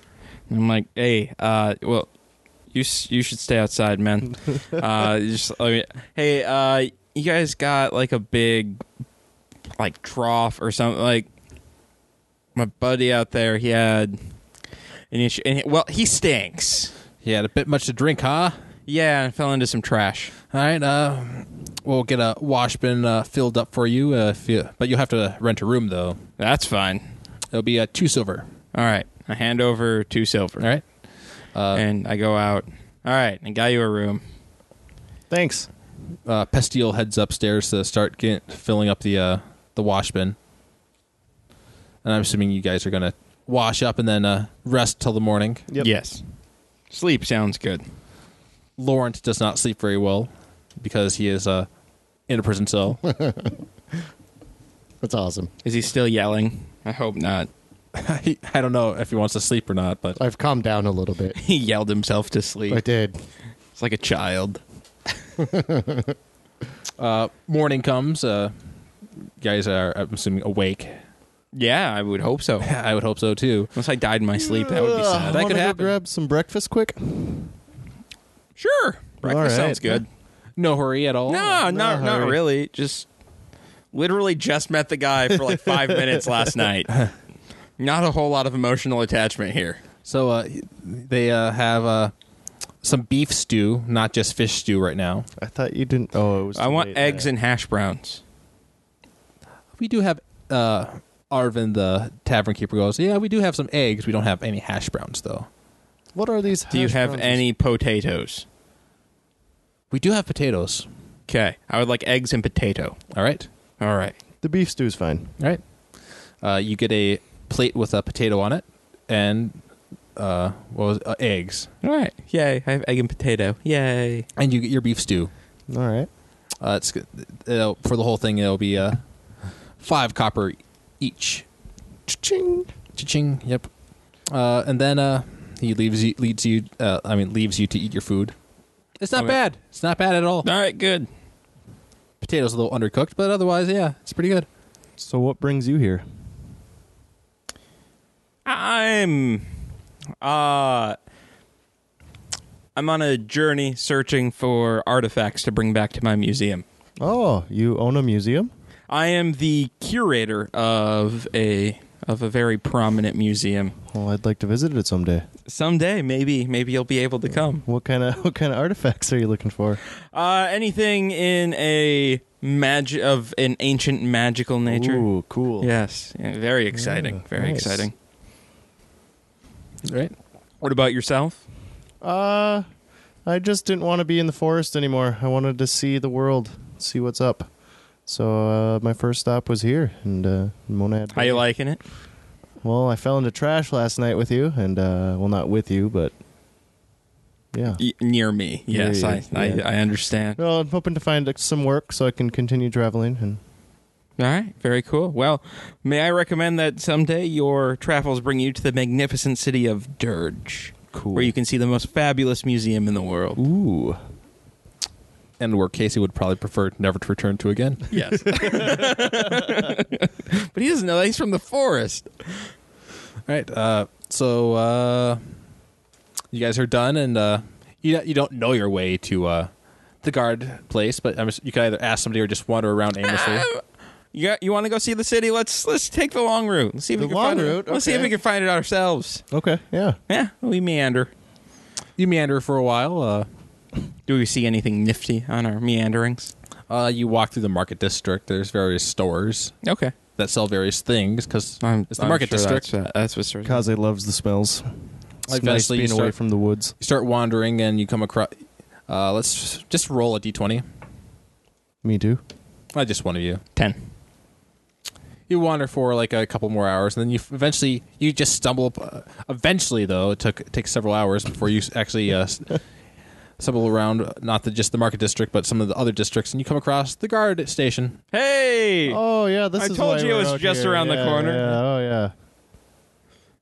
And I'm like, hey, uh, well, you s- you should stay outside, man. uh, you just I mean, hey, uh, you guys got like a big like trough or something like. My buddy out there, he had an issue. And he, well, he stinks.
He had a bit much to drink, huh?
Yeah, and fell into some trash.
All right, uh, we'll get a wash bin uh, filled up for you, uh, if you. But you'll have to rent a room though.
That's fine.
It'll be uh, two silver.
All right, I hand over two silver.
All right.
and I go out. All right, I got you a room.
Thanks.
uh, Pastille heads upstairs to start get, filling up the uh, the wash bin. And I'm assuming you guys are gonna wash up and then uh, rest till the morning.
Yep.
Yes. Sleep sounds good.
Laurent does not sleep very well because he is uh, in a prison cell.
That's awesome.
Is he still yelling? I hope not.
He- I don't know if he wants to sleep or not, but
I've calmed down a little bit.
He yelled himself to sleep.
I did.
It's like a child.
morning comes. Uh, you guys are, I'm assuming, awake.
Yeah, I would hope so.
I would hope so too.
Unless I died in my sleep, that would be
I
sad.
that
wanna
could
go
happen.
grab some breakfast quick.
Sure. Breakfast
All right.
sounds good.
No hurry at all.
No, not not
hurry.
really. Just literally just met the guy for like five minutes last night. Not a whole lot of emotional attachment here.
So uh, they uh, have uh, some beef stew, not just fish stew right now.
I thought you didn't. Oh, it was.
I
too
want
late
eggs
there.
and hash browns.
We do have uh, Arvin, the tavern keeper, goes, Yeah, we do have some eggs. We don't have any hash browns, though.
What are these?
Do you
hash
have
browns?
any potatoes?
We do have potatoes.
Okay, I would like eggs and potato.
All right.
All right.
The beef stew's fine.
All right. Uh, you get a plate with a potato on it and uh, what was uh, eggs.
All right. Yay. I have egg and potato. Yay.
And you get your beef stew.
All right.
Uh, it's good. It'll, for the whole thing. It'll be uh, five copper each.
Ching.
Ching. Yep. Uh, and then uh, he leaves you, leads you. Uh, I mean, leaves you to eat your food. It's not
Okay.
bad. It's not bad at all.
All right, good.
Potatoes a little undercooked, but otherwise, yeah, it's pretty good.
So what brings you here?
I'm uh I'm on a journey searching for artifacts to bring back to my museum.
Oh, you own a museum?
I am the curator of a of a very prominent museum.
Well, I'd like to visit it someday.
Someday, maybe maybe you'll be able to come.
What kind of what kind of artifacts are you looking for?
Uh, anything in a mag of an ancient magical nature.
Ooh, cool.
Yes, yeah, very exciting.
Yeah,
very
nice.
exciting.
Right.
What about yourself?
Uh, I just didn't want to be in the forest anymore. I wanted to see the world, see what's up. So uh, my first stop was here, and uh, Monad.
How you liking it?
Well, I fell into trash last night with you, and uh, well, not with you, but yeah.
Y- near me.
Near
Yes,
you,
I, I,
yeah.
I understand.
Well, I'm hoping to find some work so I can continue traveling. And
All right, very cool. Well, may I recommend that someday your travels bring you to the magnificent city of Dirge,
cool.
where you can see the most fabulous museum in the world.
Ooh.
And where Casey would probably prefer never to return to again.
Yes. but he doesn't know that he's from the forest.
All right. Uh, so uh, you guys are done, and uh, you you don't know your way to uh, the guard place, but I'm, you can either ask somebody or just wander around aimlessly.
You got, you want to go see the city? Let's let's take the long route. Let's see if
The
we can
long
find
route?
It. Let's see if
Okay.
we can find it ourselves.
Okay. Yeah.
Yeah, we meander.
you meander for a while. Uh,
Do we see anything nifty on our meanderings?
Uh, you walk through the market district. There's various stores
Okay.
that sell various things because
I'm,
it's the
I'm
market
sure
district.
That's, uh, that's what's
Kaze loves the smells. It's nice
Eventually you
being away
start-
from the woods.
You start wandering and you come across. Uh, let's just roll a d20.
Me too.
I just one of you.
ten.
You wander for like a couple more hours, and then you f- eventually you just stumble. Up, uh, eventually, though, it took it takes several hours before you s- actually uh, s- stumble around uh, not the, just the market district, but some of the other districts, and you come across the guard station.
Hey.
Oh yeah, this
I
is.
told
why
you it
we're
was
out
just
here.
around the
Yeah,
corner.
Yeah. Oh yeah.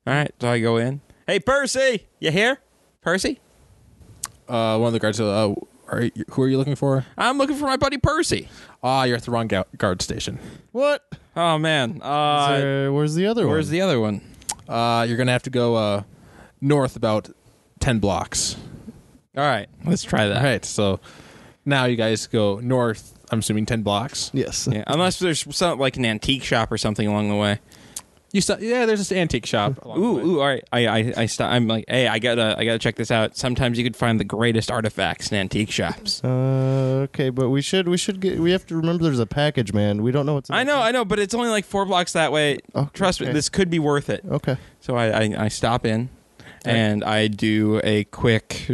All right, so I go in. Hey, Percy, you here? Percy,
Uh, one of the guards. Uh, are you, who are you looking for?
I'm looking for my buddy Percy.
Ah, you're at the wrong ga- guard station.
What?
Oh man,
Is
uh,
there- where's the other
where's
one?
the other one?
Uh, you're gonna have to go uh, north about ten blocks.
All right, let's try that.
All right, so now you guys go north. I'm assuming ten blocks.
Yes.
Yeah, unless there's some like an antique shop or something along the way.
You saw, yeah, there's this antique shop. along the
Ooh,
way.
ooh, all right. I, I, I stop. I'm like, hey, I gotta, I gotta check this out. Sometimes you could find the greatest artifacts in antique shops.
Uh, okay, but we should we should get we have to remember there's a package, man. We don't know what's. In
I
the-
know, I know, but it's only like four blocks that way.
Oh,
Trust me,
okay.
this could be worth it.
Okay.
So I, I, I stop in and I do a quick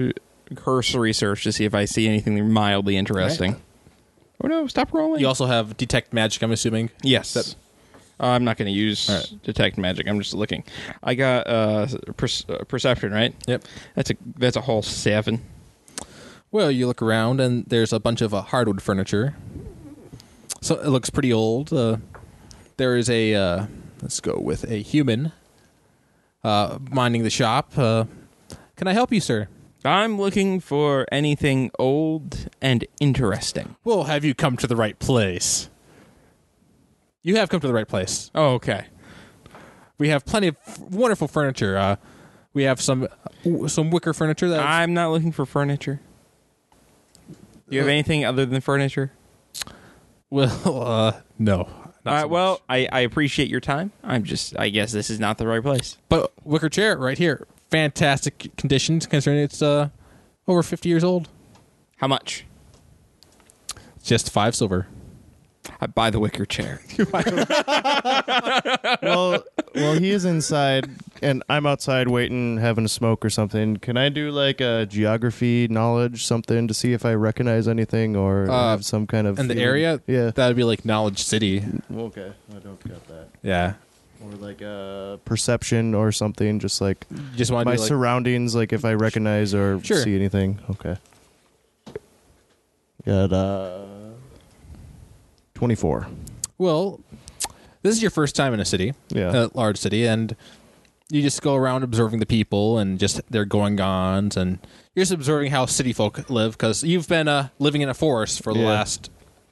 cursory search to see if I see anything mildly interesting. Oh no, stop rolling.
You also have detect magic. I'm assuming.
yes.
that-
Uh, I'm not going to use
All right.
detect magic. I'm just looking. I got uh, perce- uh, perception, right?
Yep.
That's a that's a whole seven.
Well, you look around and there's a bunch of uh, hardwood furniture. So it looks pretty old. Uh, there is a uh, let's go with a human uh, minding the shop. Uh, can I help you, sir?
I'm looking for anything old and interesting.
Well, have you come to the right place? You have come to the right place.
Oh, okay.
We have plenty of f- wonderful furniture. Uh, we have some ooh, some wicker furniture that
I'm not looking for furniture. Do you have anything other than furniture?
Well, uh, no. not
All right.
so
Uh, well, I, I appreciate your time. I'm just, I guess this is not the right place.
But wicker chair right here, fantastic conditions considering it's uh over fifty years old.
How much?
It's just five silver.
I buy the wicker chair.
well, well, he is inside, and I'm outside waiting, having a smoke or something. Can I do like a geography knowledge something to see if I recognize anything or
Uh,
have some kind of
And the
feeling?
area,
Yeah.
that would be like knowledge city.
okay, I don't got that.
Yeah,
Or like uh, perception or something, just like
you just want
my
to be like,
surroundings, like if I recognize or
Sure.
see anything. Okay. Got uh, twenty-four.
well, this is your first time in a city,
Yeah.
a large city, and you just go around observing the people and just their going ons, and you're just observing how city folk live because you've been uh, living in a forest for the
Yeah.
last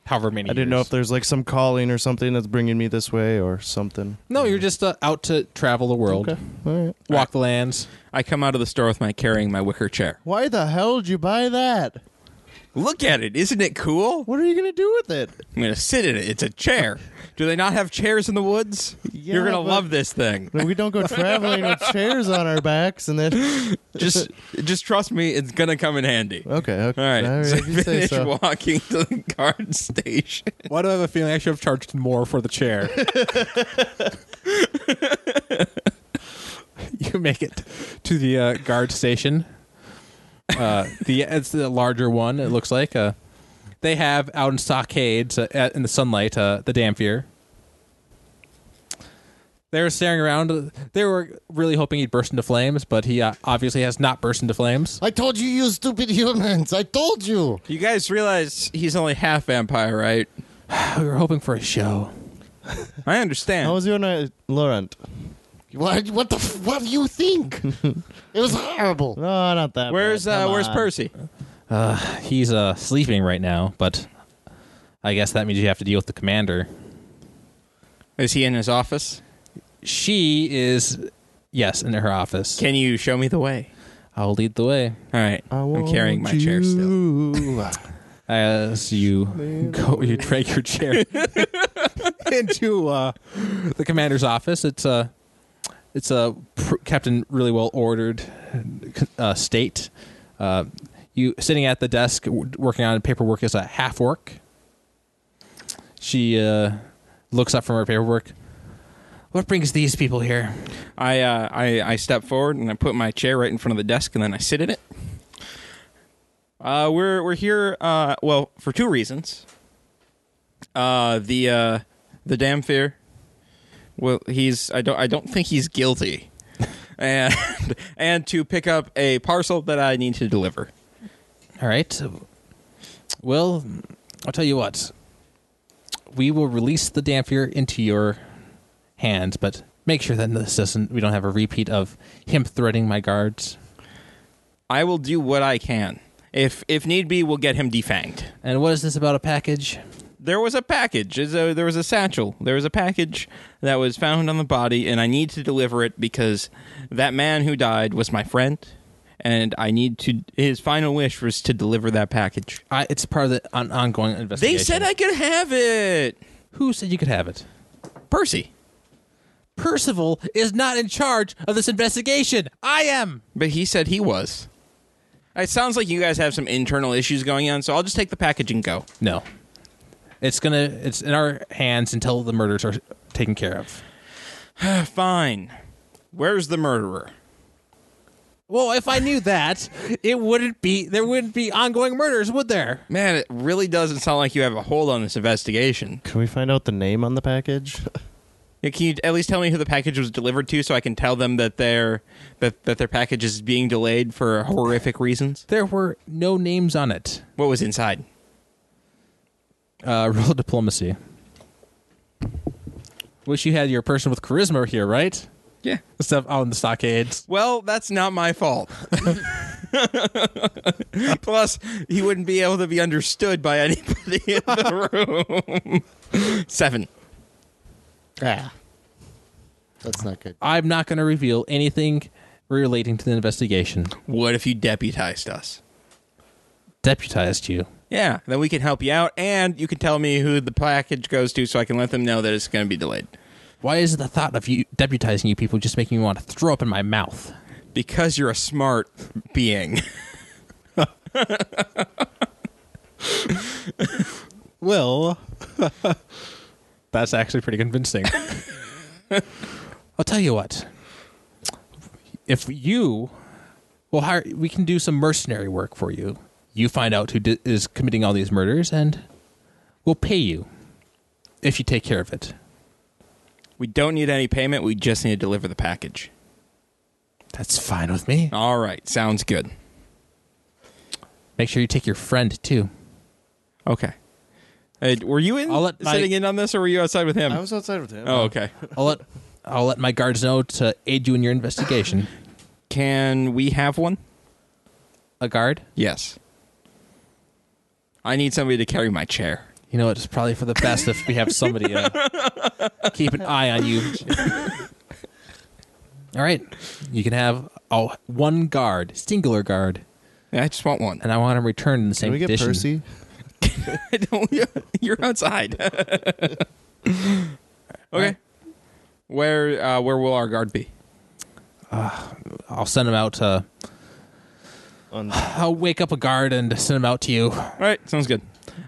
however many.
I didn't know
years.
if there's like some calling or something that's bringing me this way or something.
No, you're just uh, out to travel the world,
Okay. All right.
walk the lands.
I come out of the store with my carrying my wicker chair.
Why the hell did you buy that?
Look at it. Isn't it cool?
What are you gonna do with it?
I'm going to sit in it. It's a chair. Do they not have chairs in the woods?
Yeah,
You're going to
but-
love this thing.
We don't go traveling with chairs on our backs and then.
Just just trust me, it's going to come in handy.
Okay.
All
Okay.
right. so
if you say
finish
so.
walking to the guard station.
Why do I have a feeling I should have charged more for the chair? you make it to the uh, guard station. Uh, the it's the larger one. It looks like uh, they have out in stockades uh, at, in the sunlight uh, the Dampier. They were staring around. They were really hoping he'd burst into flames, but he uh, obviously has not burst into flames.
I told you, you stupid humans. I told you.
You guys realize he's only half vampire, right?
We were hoping for a show.
I understand.
How was your night, Laurent?
What, what the? F- what do you think? it was horrible.
No, not that.
where's
bad.
uh,
Come
where's
on.
Percy?
He's uh, sleeping right now, but I guess that means you have to deal with the commander.
Is he in his office?
She is, yes, in her office.
Can you show me the way?
I'll lead the way
All right.
I
I'm carrying my chair still.
still.
as you go. You drag your chair into uh, the commander's office. It's a, it's a pr- captain really well ordered uh, state. Uh, you sitting at the desk w- working on paperwork is a half work. She uh, looks up from her paperwork. What brings these people here?
I, uh, I I step forward and I put my chair right in front of the desk and then I sit in it. Uh, we're we're here. Uh, well, for two reasons. Uh, the uh, the damn fear. Well, he's I don't I don't think he's guilty, and and to pick up a parcel that I need to deliver.
All right. Well, I'll tell you what. We will release the Dampier into your hands, but make sure that this doesn't. We don't have a repeat of him threatening my guards.
I will do what I can. If if need be, we'll get him defanged.
And what is this about a package?
there was a package. Is a- There was a satchel. There was a package that was found on the body, and I need to deliver it because that man who died was my friend, and I need to. His final wish was to deliver that package.
I, it's part of the on, ongoing investigation.
They said I could have it.
Who said you could have it?
Percy,
Percival is not in charge of this investigation. I am.
but he said he was. It sounds like you guys have some internal issues going on, so I'll just take the package and go.
No. It's gonna. It's in our hands until the murders are taken care of.
Fine. Where's the murderer?
Well, if I knew that, it wouldn't be there wouldn't be ongoing murders, would there?
Man, it really doesn't sound like you have a hold on this investigation.
Can we find out the name on the package?
Yeah, can you at least tell me who the package was delivered to, so I can tell them that their that, that their package is being delayed for horrific reasons?
There were no names on it.
What was inside?
Uh, real diplomacy. Wish you had your person with charisma here, right?
Yeah.
Stuff out in the stockades.
Well, that's not my fault. Plus, he wouldn't be able to be understood by anybody in the room. Seven.
Ah, that's not good.
I'm not going to reveal anything relating to the investigation.
What if you deputized us?
Deputized you.
Yeah, then we can help you out, and you can tell me who the package goes to, so I can let them know that it's going to be delayed.
Why is the thought of you deputizing you people just making me want to throw up in my mouth?
Because you're a smart being.
Well, that's actually pretty convincing. I'll tell you what. If you, well, hire, we can do some mercenary work for you. You find out who di- is committing all these murders, and we'll pay you if you take care of it.
we don't need any payment. We just need to deliver the package.
That's fine with me.
All right, sounds good.
Make sure you take your friend too.
Okay. Hey, were you in
I'll let my-
sitting in on this, or were you outside with him?
I was outside with him.
oh, okay.
I'll let I'll let my guards know to aid you in your investigation.
Can we have one?
A guard?
Yes. I need somebody to carry my chair.
You know, it's probably for the best if we have somebody to keep an eye on you. All right. You can have oh, one guard, singular guard,
I just want one.
and I want him returned in the same
Can we get
condition.
Percy?
I don't. You're outside. okay. Where uh, where will our guard be?
I'll send him out to.
On-
I'll wake up a guard and send him out to you.
All right, sounds good.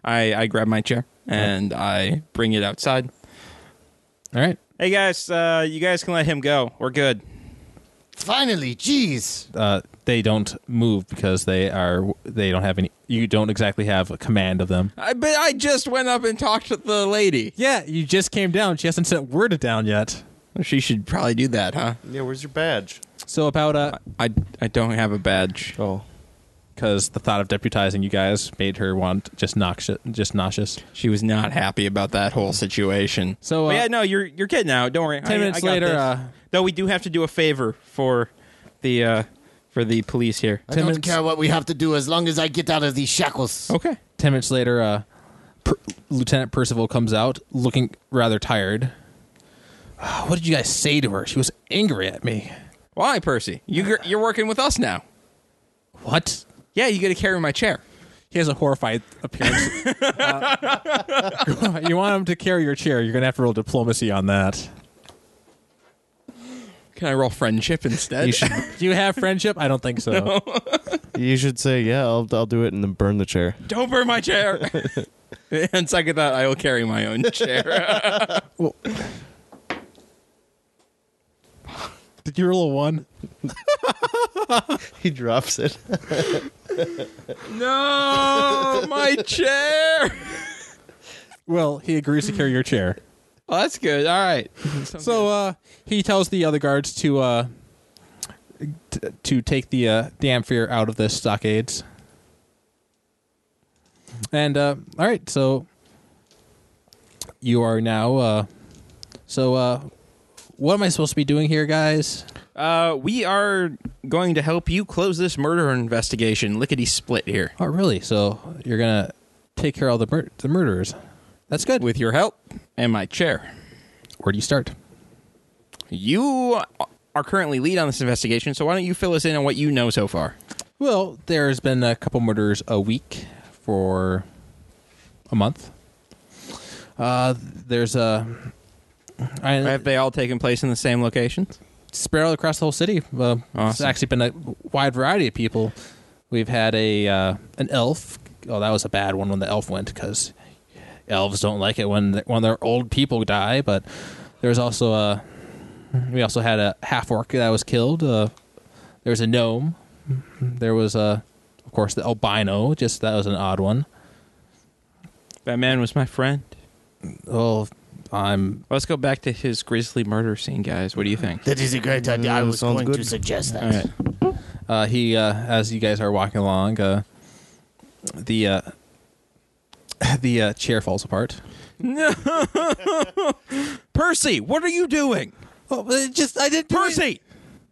I I grab my chair and I bring it outside.
All right.
Hey guys, uh, you guys can let him go. We're good.
Finally, jeez.
Uh, they don't move because they are. They don't have any. You don't exactly have a command of them.
I but I just went up and talked to the lady.
Yeah, you just came down. She hasn't sent word down yet.
She should probably do that, huh?
Yeah, where's your badge?
So about uh,
I I don't have a badge.
Oh.
because the thought of deputizing you guys made her want just noxious, just nauseous.
She was not happy about that whole situation.
So,
But
uh,
yeah, no, you're you're kidding now. Don't worry.
Ten
I-
minutes
I got
later,
this.
uh,
though, we do have to do a favor for the uh, for the police here.
I
Ten
don't
minutes.
care what we have to do as long as I get out of these shackles.
Okay.
Ten minutes later, uh, per- Lieutenant Percival comes out looking rather tired. Ah, What did you guys say to her? She was angry at me.
Why, Percy? You gr- you're working with us now.
What?
Yeah, you got to carry my chair.
He has a horrified appearance. Uh, you want him to carry your chair? You're gonna have to roll diplomacy on that.
Can I roll friendship instead?
You should. Do you have friendship? I don't think so.
You should say, yeah, I'll, I'll do it and then burn the chair.
Don't burn my chair. and second thought, I will carry my own chair.
Did you roll a one?
He drops it.
no, my chair.
Well, he agrees to carry your chair.
Well, Oh, that's good. All right.
So uh, he tells the other guards to uh, t- to take the uh, the Amphier out of the stockades. And uh, all right, so you are now. Uh, so uh, what am I supposed to be doing here, guys?
Uh, we are going to help you close this murder investigation. Lickety split here.
Oh, really? So you're gonna take care of all the mur- the murderers? That's good.
With your help and my chair.
Where do you start?
You are currently lead on this investigation, so why don't you fill us in on what you know so far?
Well, there's been a couple murders a week for a month. Uh, there's a I,
Have they all taken place in the same locations?
spread across the whole city. Uh, It's
Awesome.
actually been a wide variety of people. We've had a uh, an elf. Oh, that was a bad one when the elf went because elves don't like it when when their old people die. But there was also a we also had a half orc that was killed. Uh, there was a gnome. There was a of course the albino. Just that was an odd one.
That man was my friend.
Oh, I'm
Let's go back to his grisly murder scene, guys. What do you think?
That is a great idea. I
Mm,
was
sounds
going to
good.
suggest that.
All right.
uh, he uh, as you guys are walking along, uh, the uh, the uh, chair falls apart.
Percy, what are you doing?
Oh, but it just I didn't. do it.
Percy!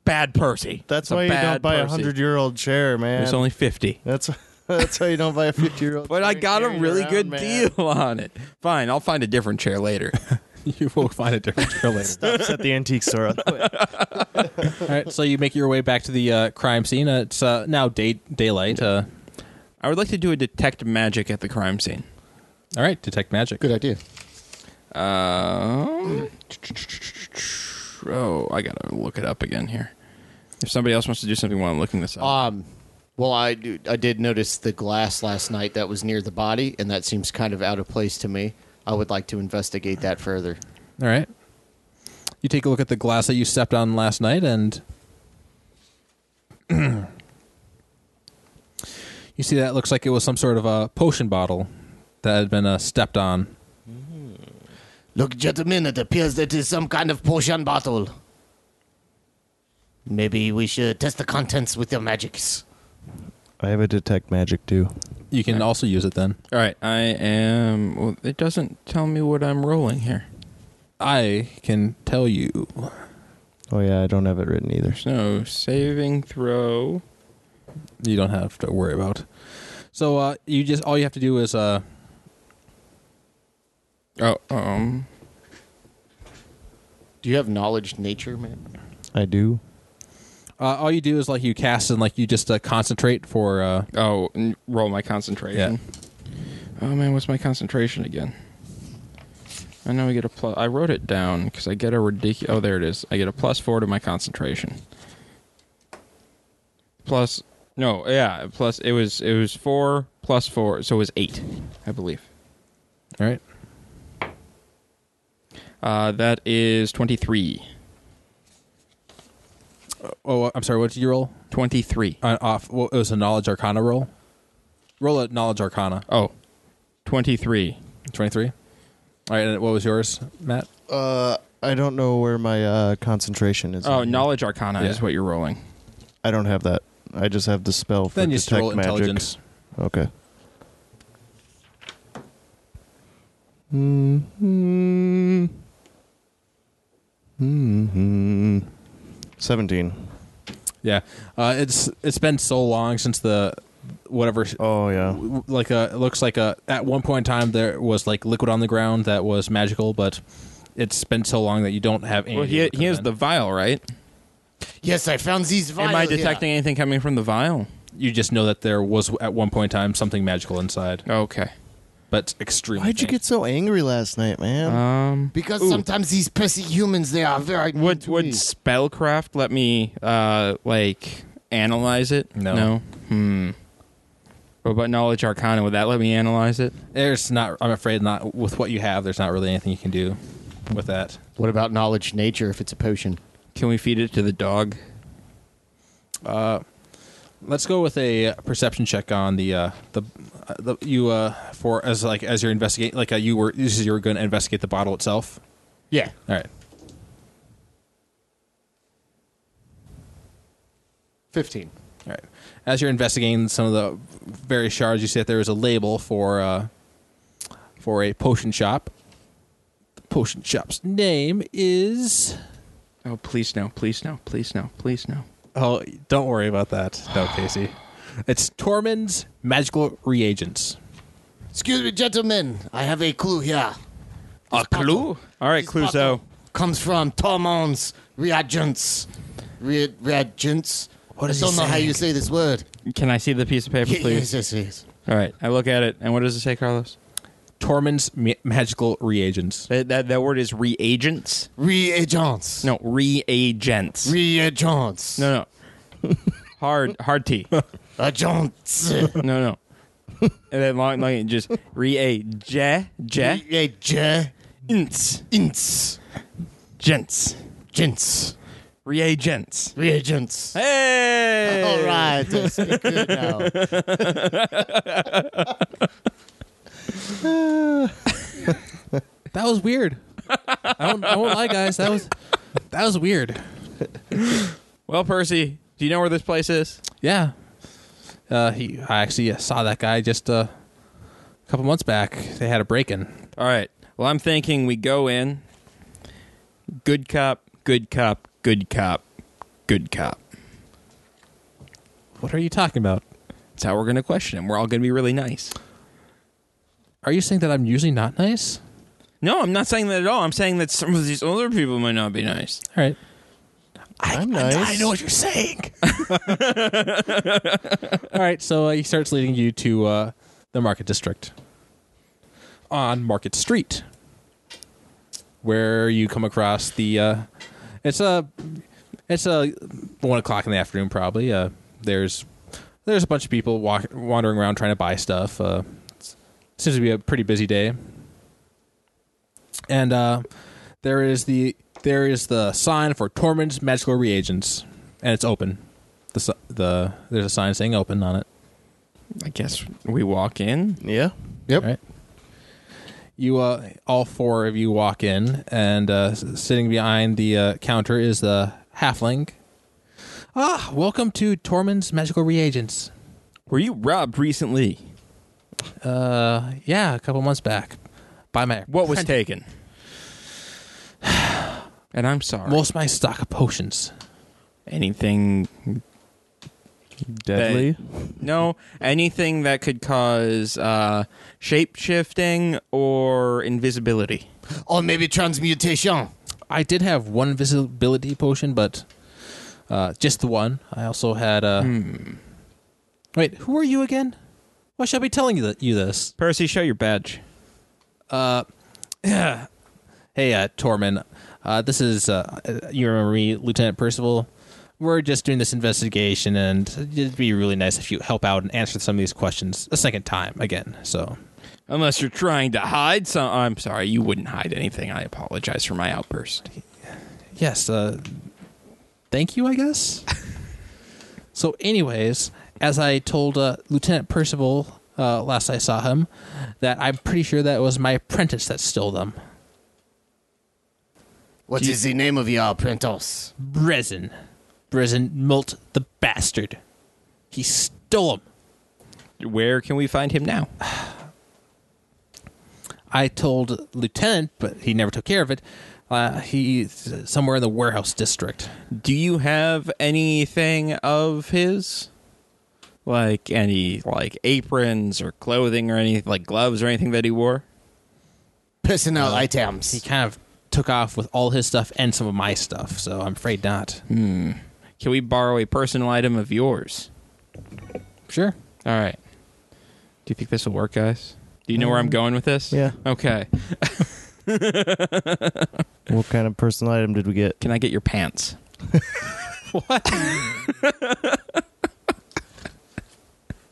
Bad Percy.
That's
a
why you
bad
don't buy a
Percy.
hundred year old chair, man.
It's only 50.
that's that's why you don't buy a fifty year old.
But I got a really good deal on it. Fine, I'll find a different chair later.
You will find a different trail later.
Stops at the antique store.
All right, so you make your way back to the uh, crime scene. Uh, it's uh, now day daylight. Uh,
I would like to do a detect magic at the crime scene.
All right, detect magic.
Good idea.
Um, oh, I gotta look it up again here. If somebody else wants to do something while I'm looking this up,
Um, well, I do, I did notice the glass last night that was near the body, and that seems kind of out of place to me. I would like to investigate that further.
All right. You take a look at the glass that you stepped on last night, and you see that looks like it was some sort of a potion bottle that had been uh, stepped on.
Look, gentlemen, it appears that is some kind of potion bottle. Maybe we should test the contents with your magics.
I have a detect magic too.
You can also use it then.
all right, I am. Well, it doesn't tell me what I'm rolling here.
I can tell you.
Oh yeah, I don't have it written either.
There's no saving throw.
You don't have to worry about. So uh, you just all you have to do is uh,
Oh, um,
Do you have knowledge nature, man?
I do.
uh, all you do is like you cast and like you just uh, concentrate for uh,
oh, n- roll my concentration. Oh man, what's my concentration again? I know I get a plus. I wrote it down because I get a ridiculous. Oh, there it is. I get a plus four to my concentration. Plus, no, yeah, plus it was it was four plus four, so it was eight, I believe.
all right.
Uh, that is 23.
Oh, I'm sorry. What did you roll?
23.
Uh, off. Well, it was a knowledge arcana roll. Roll a knowledge arcana.
Oh, 23.
23. All right, and what was yours, Matt?
Uh, I don't know where my uh, concentration is.
Oh,
on.
knowledge arcana
Yeah.
is what you're rolling.
I don't have that. I just have the spell for
Then you
detect
just roll
magic.
intelligence.
Okay. Hmm. Hmm. Seventeen.
Yeah. Uh, it's it's been so long since the whatever
Oh yeah.
like uh it looks like a at one point in time there was like liquid on the ground that was magical, but it's been so long that you don't have any
Well,
idea what
he, he
could've
has the
been.
vial, right?
Yes, I found these vials.
Am I
here.
detecting anything coming from the vial?
you just know that there was at one point in time something magical inside,
Okay.
but extremely.
Why'd you
faint.
get so angry last night, man?
Uh,
Um,
Because sometimes these pesky humans, they are very. mean
would
to
would
me.
spellcraft let me uh like analyze it?
No.
Hmm. What about knowledge arcana? Would that let me analyze it?
There's not. I'm afraid not with what you have. There's not really anything you can do with that.
What about knowledge nature if it's a potion?
Can we feed it to the dog?
Let's go with a perception check on the uh, the, uh, the you uh, for as like as you're investigating like uh, you were this is you were going to investigate the bottle itself.
Yeah.
All right,
15.
all right. As you're investigating some of the various shards, you see that there is a label for uh, for a potion shop. The potion shop's name is.
Oh, please no! Please no! Please no! Please no!
Oh, don't worry about that. No, Casey. It's Tormund's Magical Reagents.
Excuse me, gentlemen. I have a clue here.
A clue. All right,
This
Cluzo.
bottle Comes from Tormund's reagents. Re- reagents?
What
I
is he
don't know how
saying?
you say this word.
Can I see the piece of paper,
Yes,
please?
yes, yes.
All right. I look at it, and what does it say, Carlos?
Tormund's ma- Magical Reagents.
That that, that word is reagents.
Reagents.
No, reagents.
Reagents.
no, no. hard hard T.
Agents.
No, no. and then long, long just re a je je
Reagents.
ints gents
Gents.
reagents.
Reagents.
Hey,
All right. I speak good now.
That was weird. I won't, I won't lie, guys. That was that was weird.
Well, Percy, do you know where this place is?
Yeah. Uh, he, I actually saw that guy just uh, a couple months back. They had a break in.
All right. Well, I'm thinking we go in. Good cop, good cop, good cop, good cop.
What are you talking about?
That's how we're gonna question him. We're all gonna be really nice.
Are you saying that I'm usually not nice?
No, I'm not saying that at all. I'm saying that some of these other people might not be nice.
All right.
I'm nice.
you're saying. All right, so uh, he starts leading you to uh, the market district on Market Street, where you come across the. Uh, it's a, it's a one o'clock in the afternoon probably. Uh, there's, there's a bunch of people walk, wandering around trying to buy stuff. Uh, it's- seems to be a pretty busy day. And uh, there is the there is the sign for Tormund's Magical Reagents, and it's open. The si- the there's a sign saying open on it.
I guess we walk in.
Yeah.
Yep.
Right. You uh, all four of you walk in, and uh, s- sitting behind the uh, counter is the halfling. Ah, welcome to Tormund's Magical Reagents.
Were you robbed recently?
Uh, yeah, a couple months back, by my
What was
apprentice.
taken? And I'm sorry.
most of my stock of potions.
anything?
Deadly.
No, anything that could cause uh, shape shifting or invisibility.
Or maybe transmutation.
I did have one visibility potion, but uh, just the one. I also had a. Wait, who are you again? Why should I be telling you, th- you this?
Percy, show your badge.
Hey, uh, Tormund. Uh, this is uh, you remember me, Lieutenant Percival. We're just doing this investigation, and it'd be really nice if you help out and answer some of these questions a second time again. So,
Unless you're trying to hide some. I'm sorry, you wouldn't hide anything. I apologize for my outburst.
yes, uh, thank you, I guess. so, anyways, as I told uh, Lieutenant Percival uh, last I saw him, that I'm pretty sure that was my apprentice that stole them.
What is the name of your apprentice?
Brezin. Brezin Milt the bastard. He stole them.
Where can we find him now?
I told Lieutenant, but he never took care of it. Uh, he's somewhere in the warehouse district.
Do you have anything of his? Like any like aprons or clothing or any like gloves or anything that he wore?
Personal
He
items.
kind of took off with all his stuff and some of my stuff, so I'm afraid not.
Can we borrow a personal item of yours?
Sure.
All right. Do you think this will work, guys? Do you know
Mm.
where I'm going with this?
yeah.
Okay.
What kind of personal item did we get?
Can I get your pants?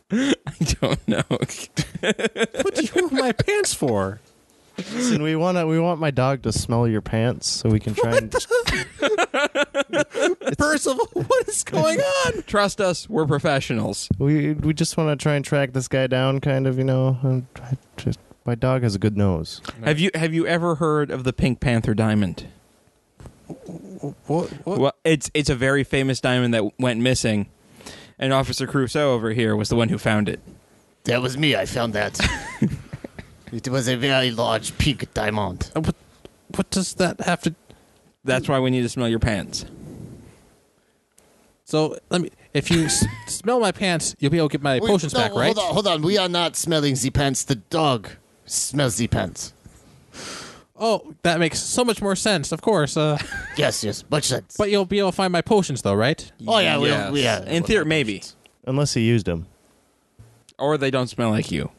what? I don't know.
What do you want my pants for?
Listen, we want to. We want my dog to smell your pants so we can try and.
Percival, what is going on?
Trust us, we're professionals.
We we just want to try and track this guy down, kind of. You know, And I just- my dog has a good nose.
Have you have you ever heard of the Pink Panther diamond?
What, what?
Well, it's it's a very famous diamond that went missing, and Officer Crusoe over here was the one who found it.
That was me. I found that. it was a very large pink diamond.
Uh, what? What does that have to?
That's why we need to smell your pants.
So let me. If you s- smell my pants, you'll be able to get my
Wait,
potions
no,
back, right?
Hold on, hold on. We are not smelling the pants. The dog smells the pants.
Oh, that makes so much more sense. Of course. Uh,
Yes, yes, much sense.
but you'll be able to find my potions, though, right?
oh yeah, we
Yes.
we yeah.
In theory, maybe,
Unless he used him.
or they don't smell like you.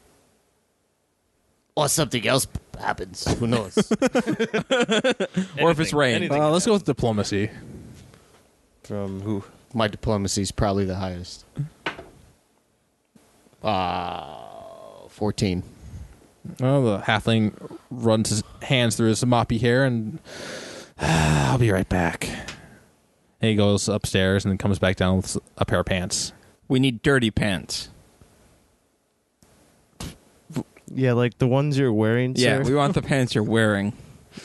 or something else p- happens. Who knows?
or if it's rain.
Uh, let's go with diplomacy.
From who?
My diplomacy is probably the highest. Uh, fourteen.
Well, the halfling runs his hands through his moppy hair, and I'll be right back. And he goes upstairs and then comes back down with a pair of pants.
We need dirty pants.
Yeah, like the ones you're wearing.
Yeah,
sir.
we want the pants you're wearing.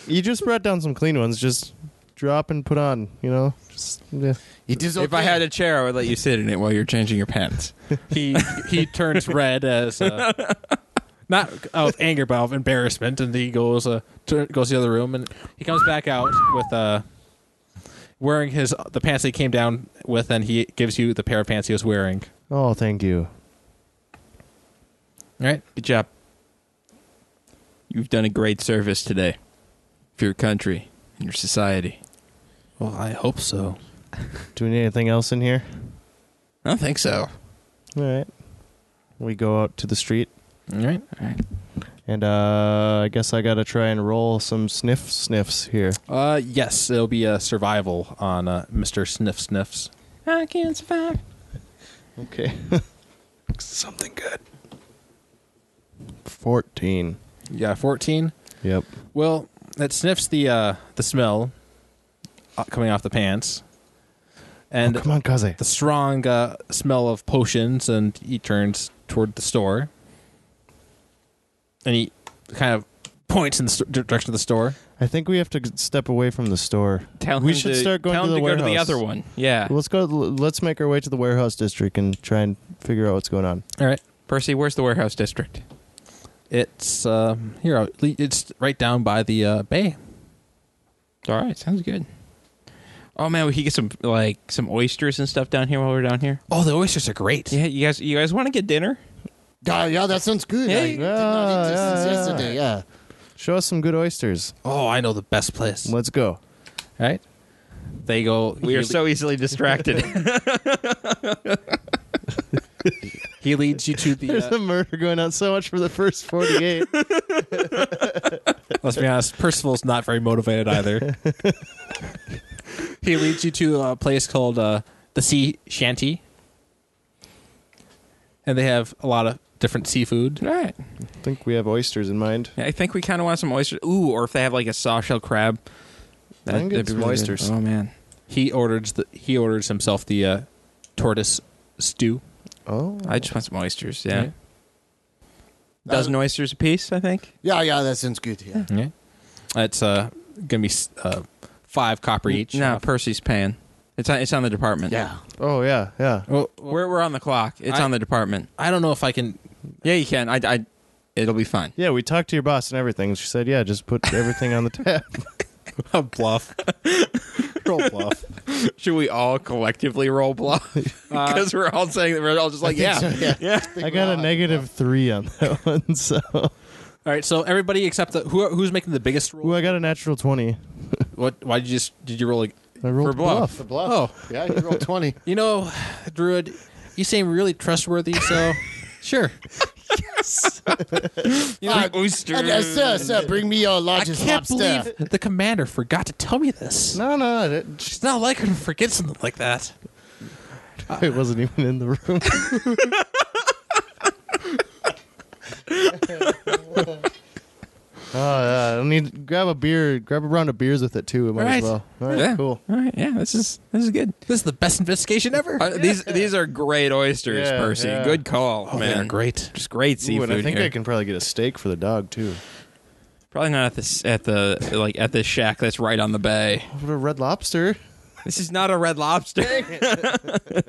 You just brought down some clean ones. Just drop and put on. You know. Just yeah.
It is okay.
If I had a chair, I would let you sit in it while you're changing your pants.
He he turns red as uh, not out of anger, but out of embarrassment, and he goes uh, tur goes to the other room, and he comes back out with uh, wearing his the pants that he came down with, and he gives you the pair of pants he was wearing.
Oh, thank you.
All right.
Good job. You've done a great service today for your country and your society.
Well, I hope so.
Do we need anything else in here?
I don't think so.
All right. We go out to the street,
All right.
All right.
and uh, I guess I gotta try and roll some sniff sniffs here.
Uh, yes, it'll be a survival on uh, Mr. Sniff Sniffs.
I can't survive.
Okay. Something good. 14.
Yeah, 14.
Yep.
Well, it sniffs the uh, the smell uh, coming off the pants, and
oh, come on, Kaze.
the strong uh, smell of potions, and he turns toward the store, and he kind of points in the st- direction of the store.
I think we have to g- step away from the store.
Tell
we
him
should
to-
start going
tell
to
him
the
to
warehouse.
go to the other one. Yeah.
Let's go. Let's make our way to the warehouse district and try and figure out what's going on.
All right,
Percy, where's the warehouse district?
it's um, here. I'll- It's right down by the uh, bay.
All right, sounds good. Oh man, we could get some like some oysters and stuff down here while we're down here.
Oh, the oysters are great.
Yeah, you guys, you guys want to get dinner?
Ah, yeah, that sounds good.
Yeah,
I did not eat this
yeah,
since
yeah.
yesterday. Yeah.
Show us some good oysters.
Oh, I know the best place.
Let's go.
All right, they go.
We are
he-
so easily distracted.
He leads you to the.
There's
Uh,
a murder going on so much for the first 48.
let's be honest, Percival's not very motivated either. he leads you to a place called uh, the Sea Shanty, and they have a lot of different seafood.
All right.
I think we have oysters in mind.
Yeah, I think we kind of want some oysters. Ooh, or if they have like a sawshell crab.
I can get
that'd be
some
really good.
oysters.
Oh man,
He orders the he orders himself the uh, tortoise stew.
Oh,
I just want some oysters. Yeah,
Yeah.
dozen oysters a piece, I think.
Yeah, yeah, that sounds good. Yeah.
Yeah, it's uh, gonna be uh, five copper each.
No, Percy's paying. It's on, it's on the department.
Yeah.
oh yeah, yeah.
Well,
we're we're on the clock. It's
I-
on the department.
I don't know if I can.
Yeah, you can. I, I it'll be fine.
Yeah, we talked to your boss and everything. She said, "Yeah, just put everything on the tab."
bluff.
Roll bluff.
Should we all collectively roll bluff? Because we're all saying we're all just like, yeah,
yeah.
I got a negative three on that one. So,
All right, so everybody except the who, who's making the biggest roll.
Ooh, I got a natural twenty.
What? Why did you just did you roll? Like,
I rolled
For bluff.
The bluff. Oh. Yeah, you rolled 20.
you know, Druid, you seem really trustworthy. So, sure.
Ah,
oysters.
ah, sir, sir, bring me your largest lobster.
the commander forgot to tell me this.
No, no, it,
It's not like I forget something like that.
it wasn't even in the room. oh yeah, I need grab a beer, grab a round of beers with it too. It might
Right.
as well. All right,
yeah.
cool.
All right, yeah, this is this is good.
This is the best investigation ever.
Uh, These these are great oysters,
Yeah,
Percy.
yeah.
Good call,
oh,
man.
they're great.
Just great
Ooh,
seafood
and I think
here.
I can probably get a steak for the dog too.
Probably not at this at the like at this shack that's right on the bay.
What a red lobster.
This is not a red lobster.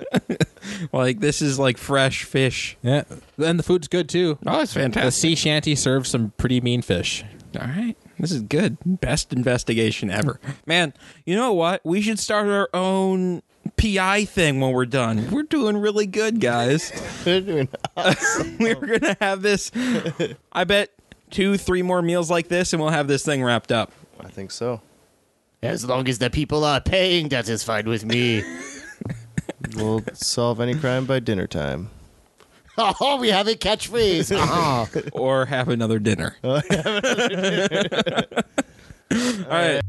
like this is like fresh fish.
Yeah, and the food's good too.
Oh, it's
The
fantastic.
sea shanty serves some pretty mean fish.
All right. This is good. Best investigation ever. Man, you know what? We should start our own PI thing when we're done. We're doing really good, guys.
They're doing
We're going to have this, I bet, two, three more meals like this, and we'll have this thing wrapped up.
I think so.
As long as the people are paying, that is fine with me.
We'll solve any crime by dinner time.
oh, we have a catchphrase. Ah.
Or have another dinner. All right.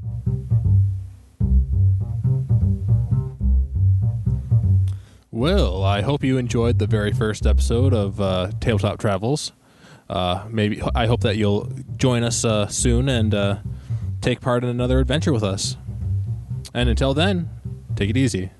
Well, I hope you enjoyed the very first episode of uh, Tabletop Travels. Uh, maybe I hope that you'll join us uh, soon and uh, take part in another adventure with us. And until then, take it easy.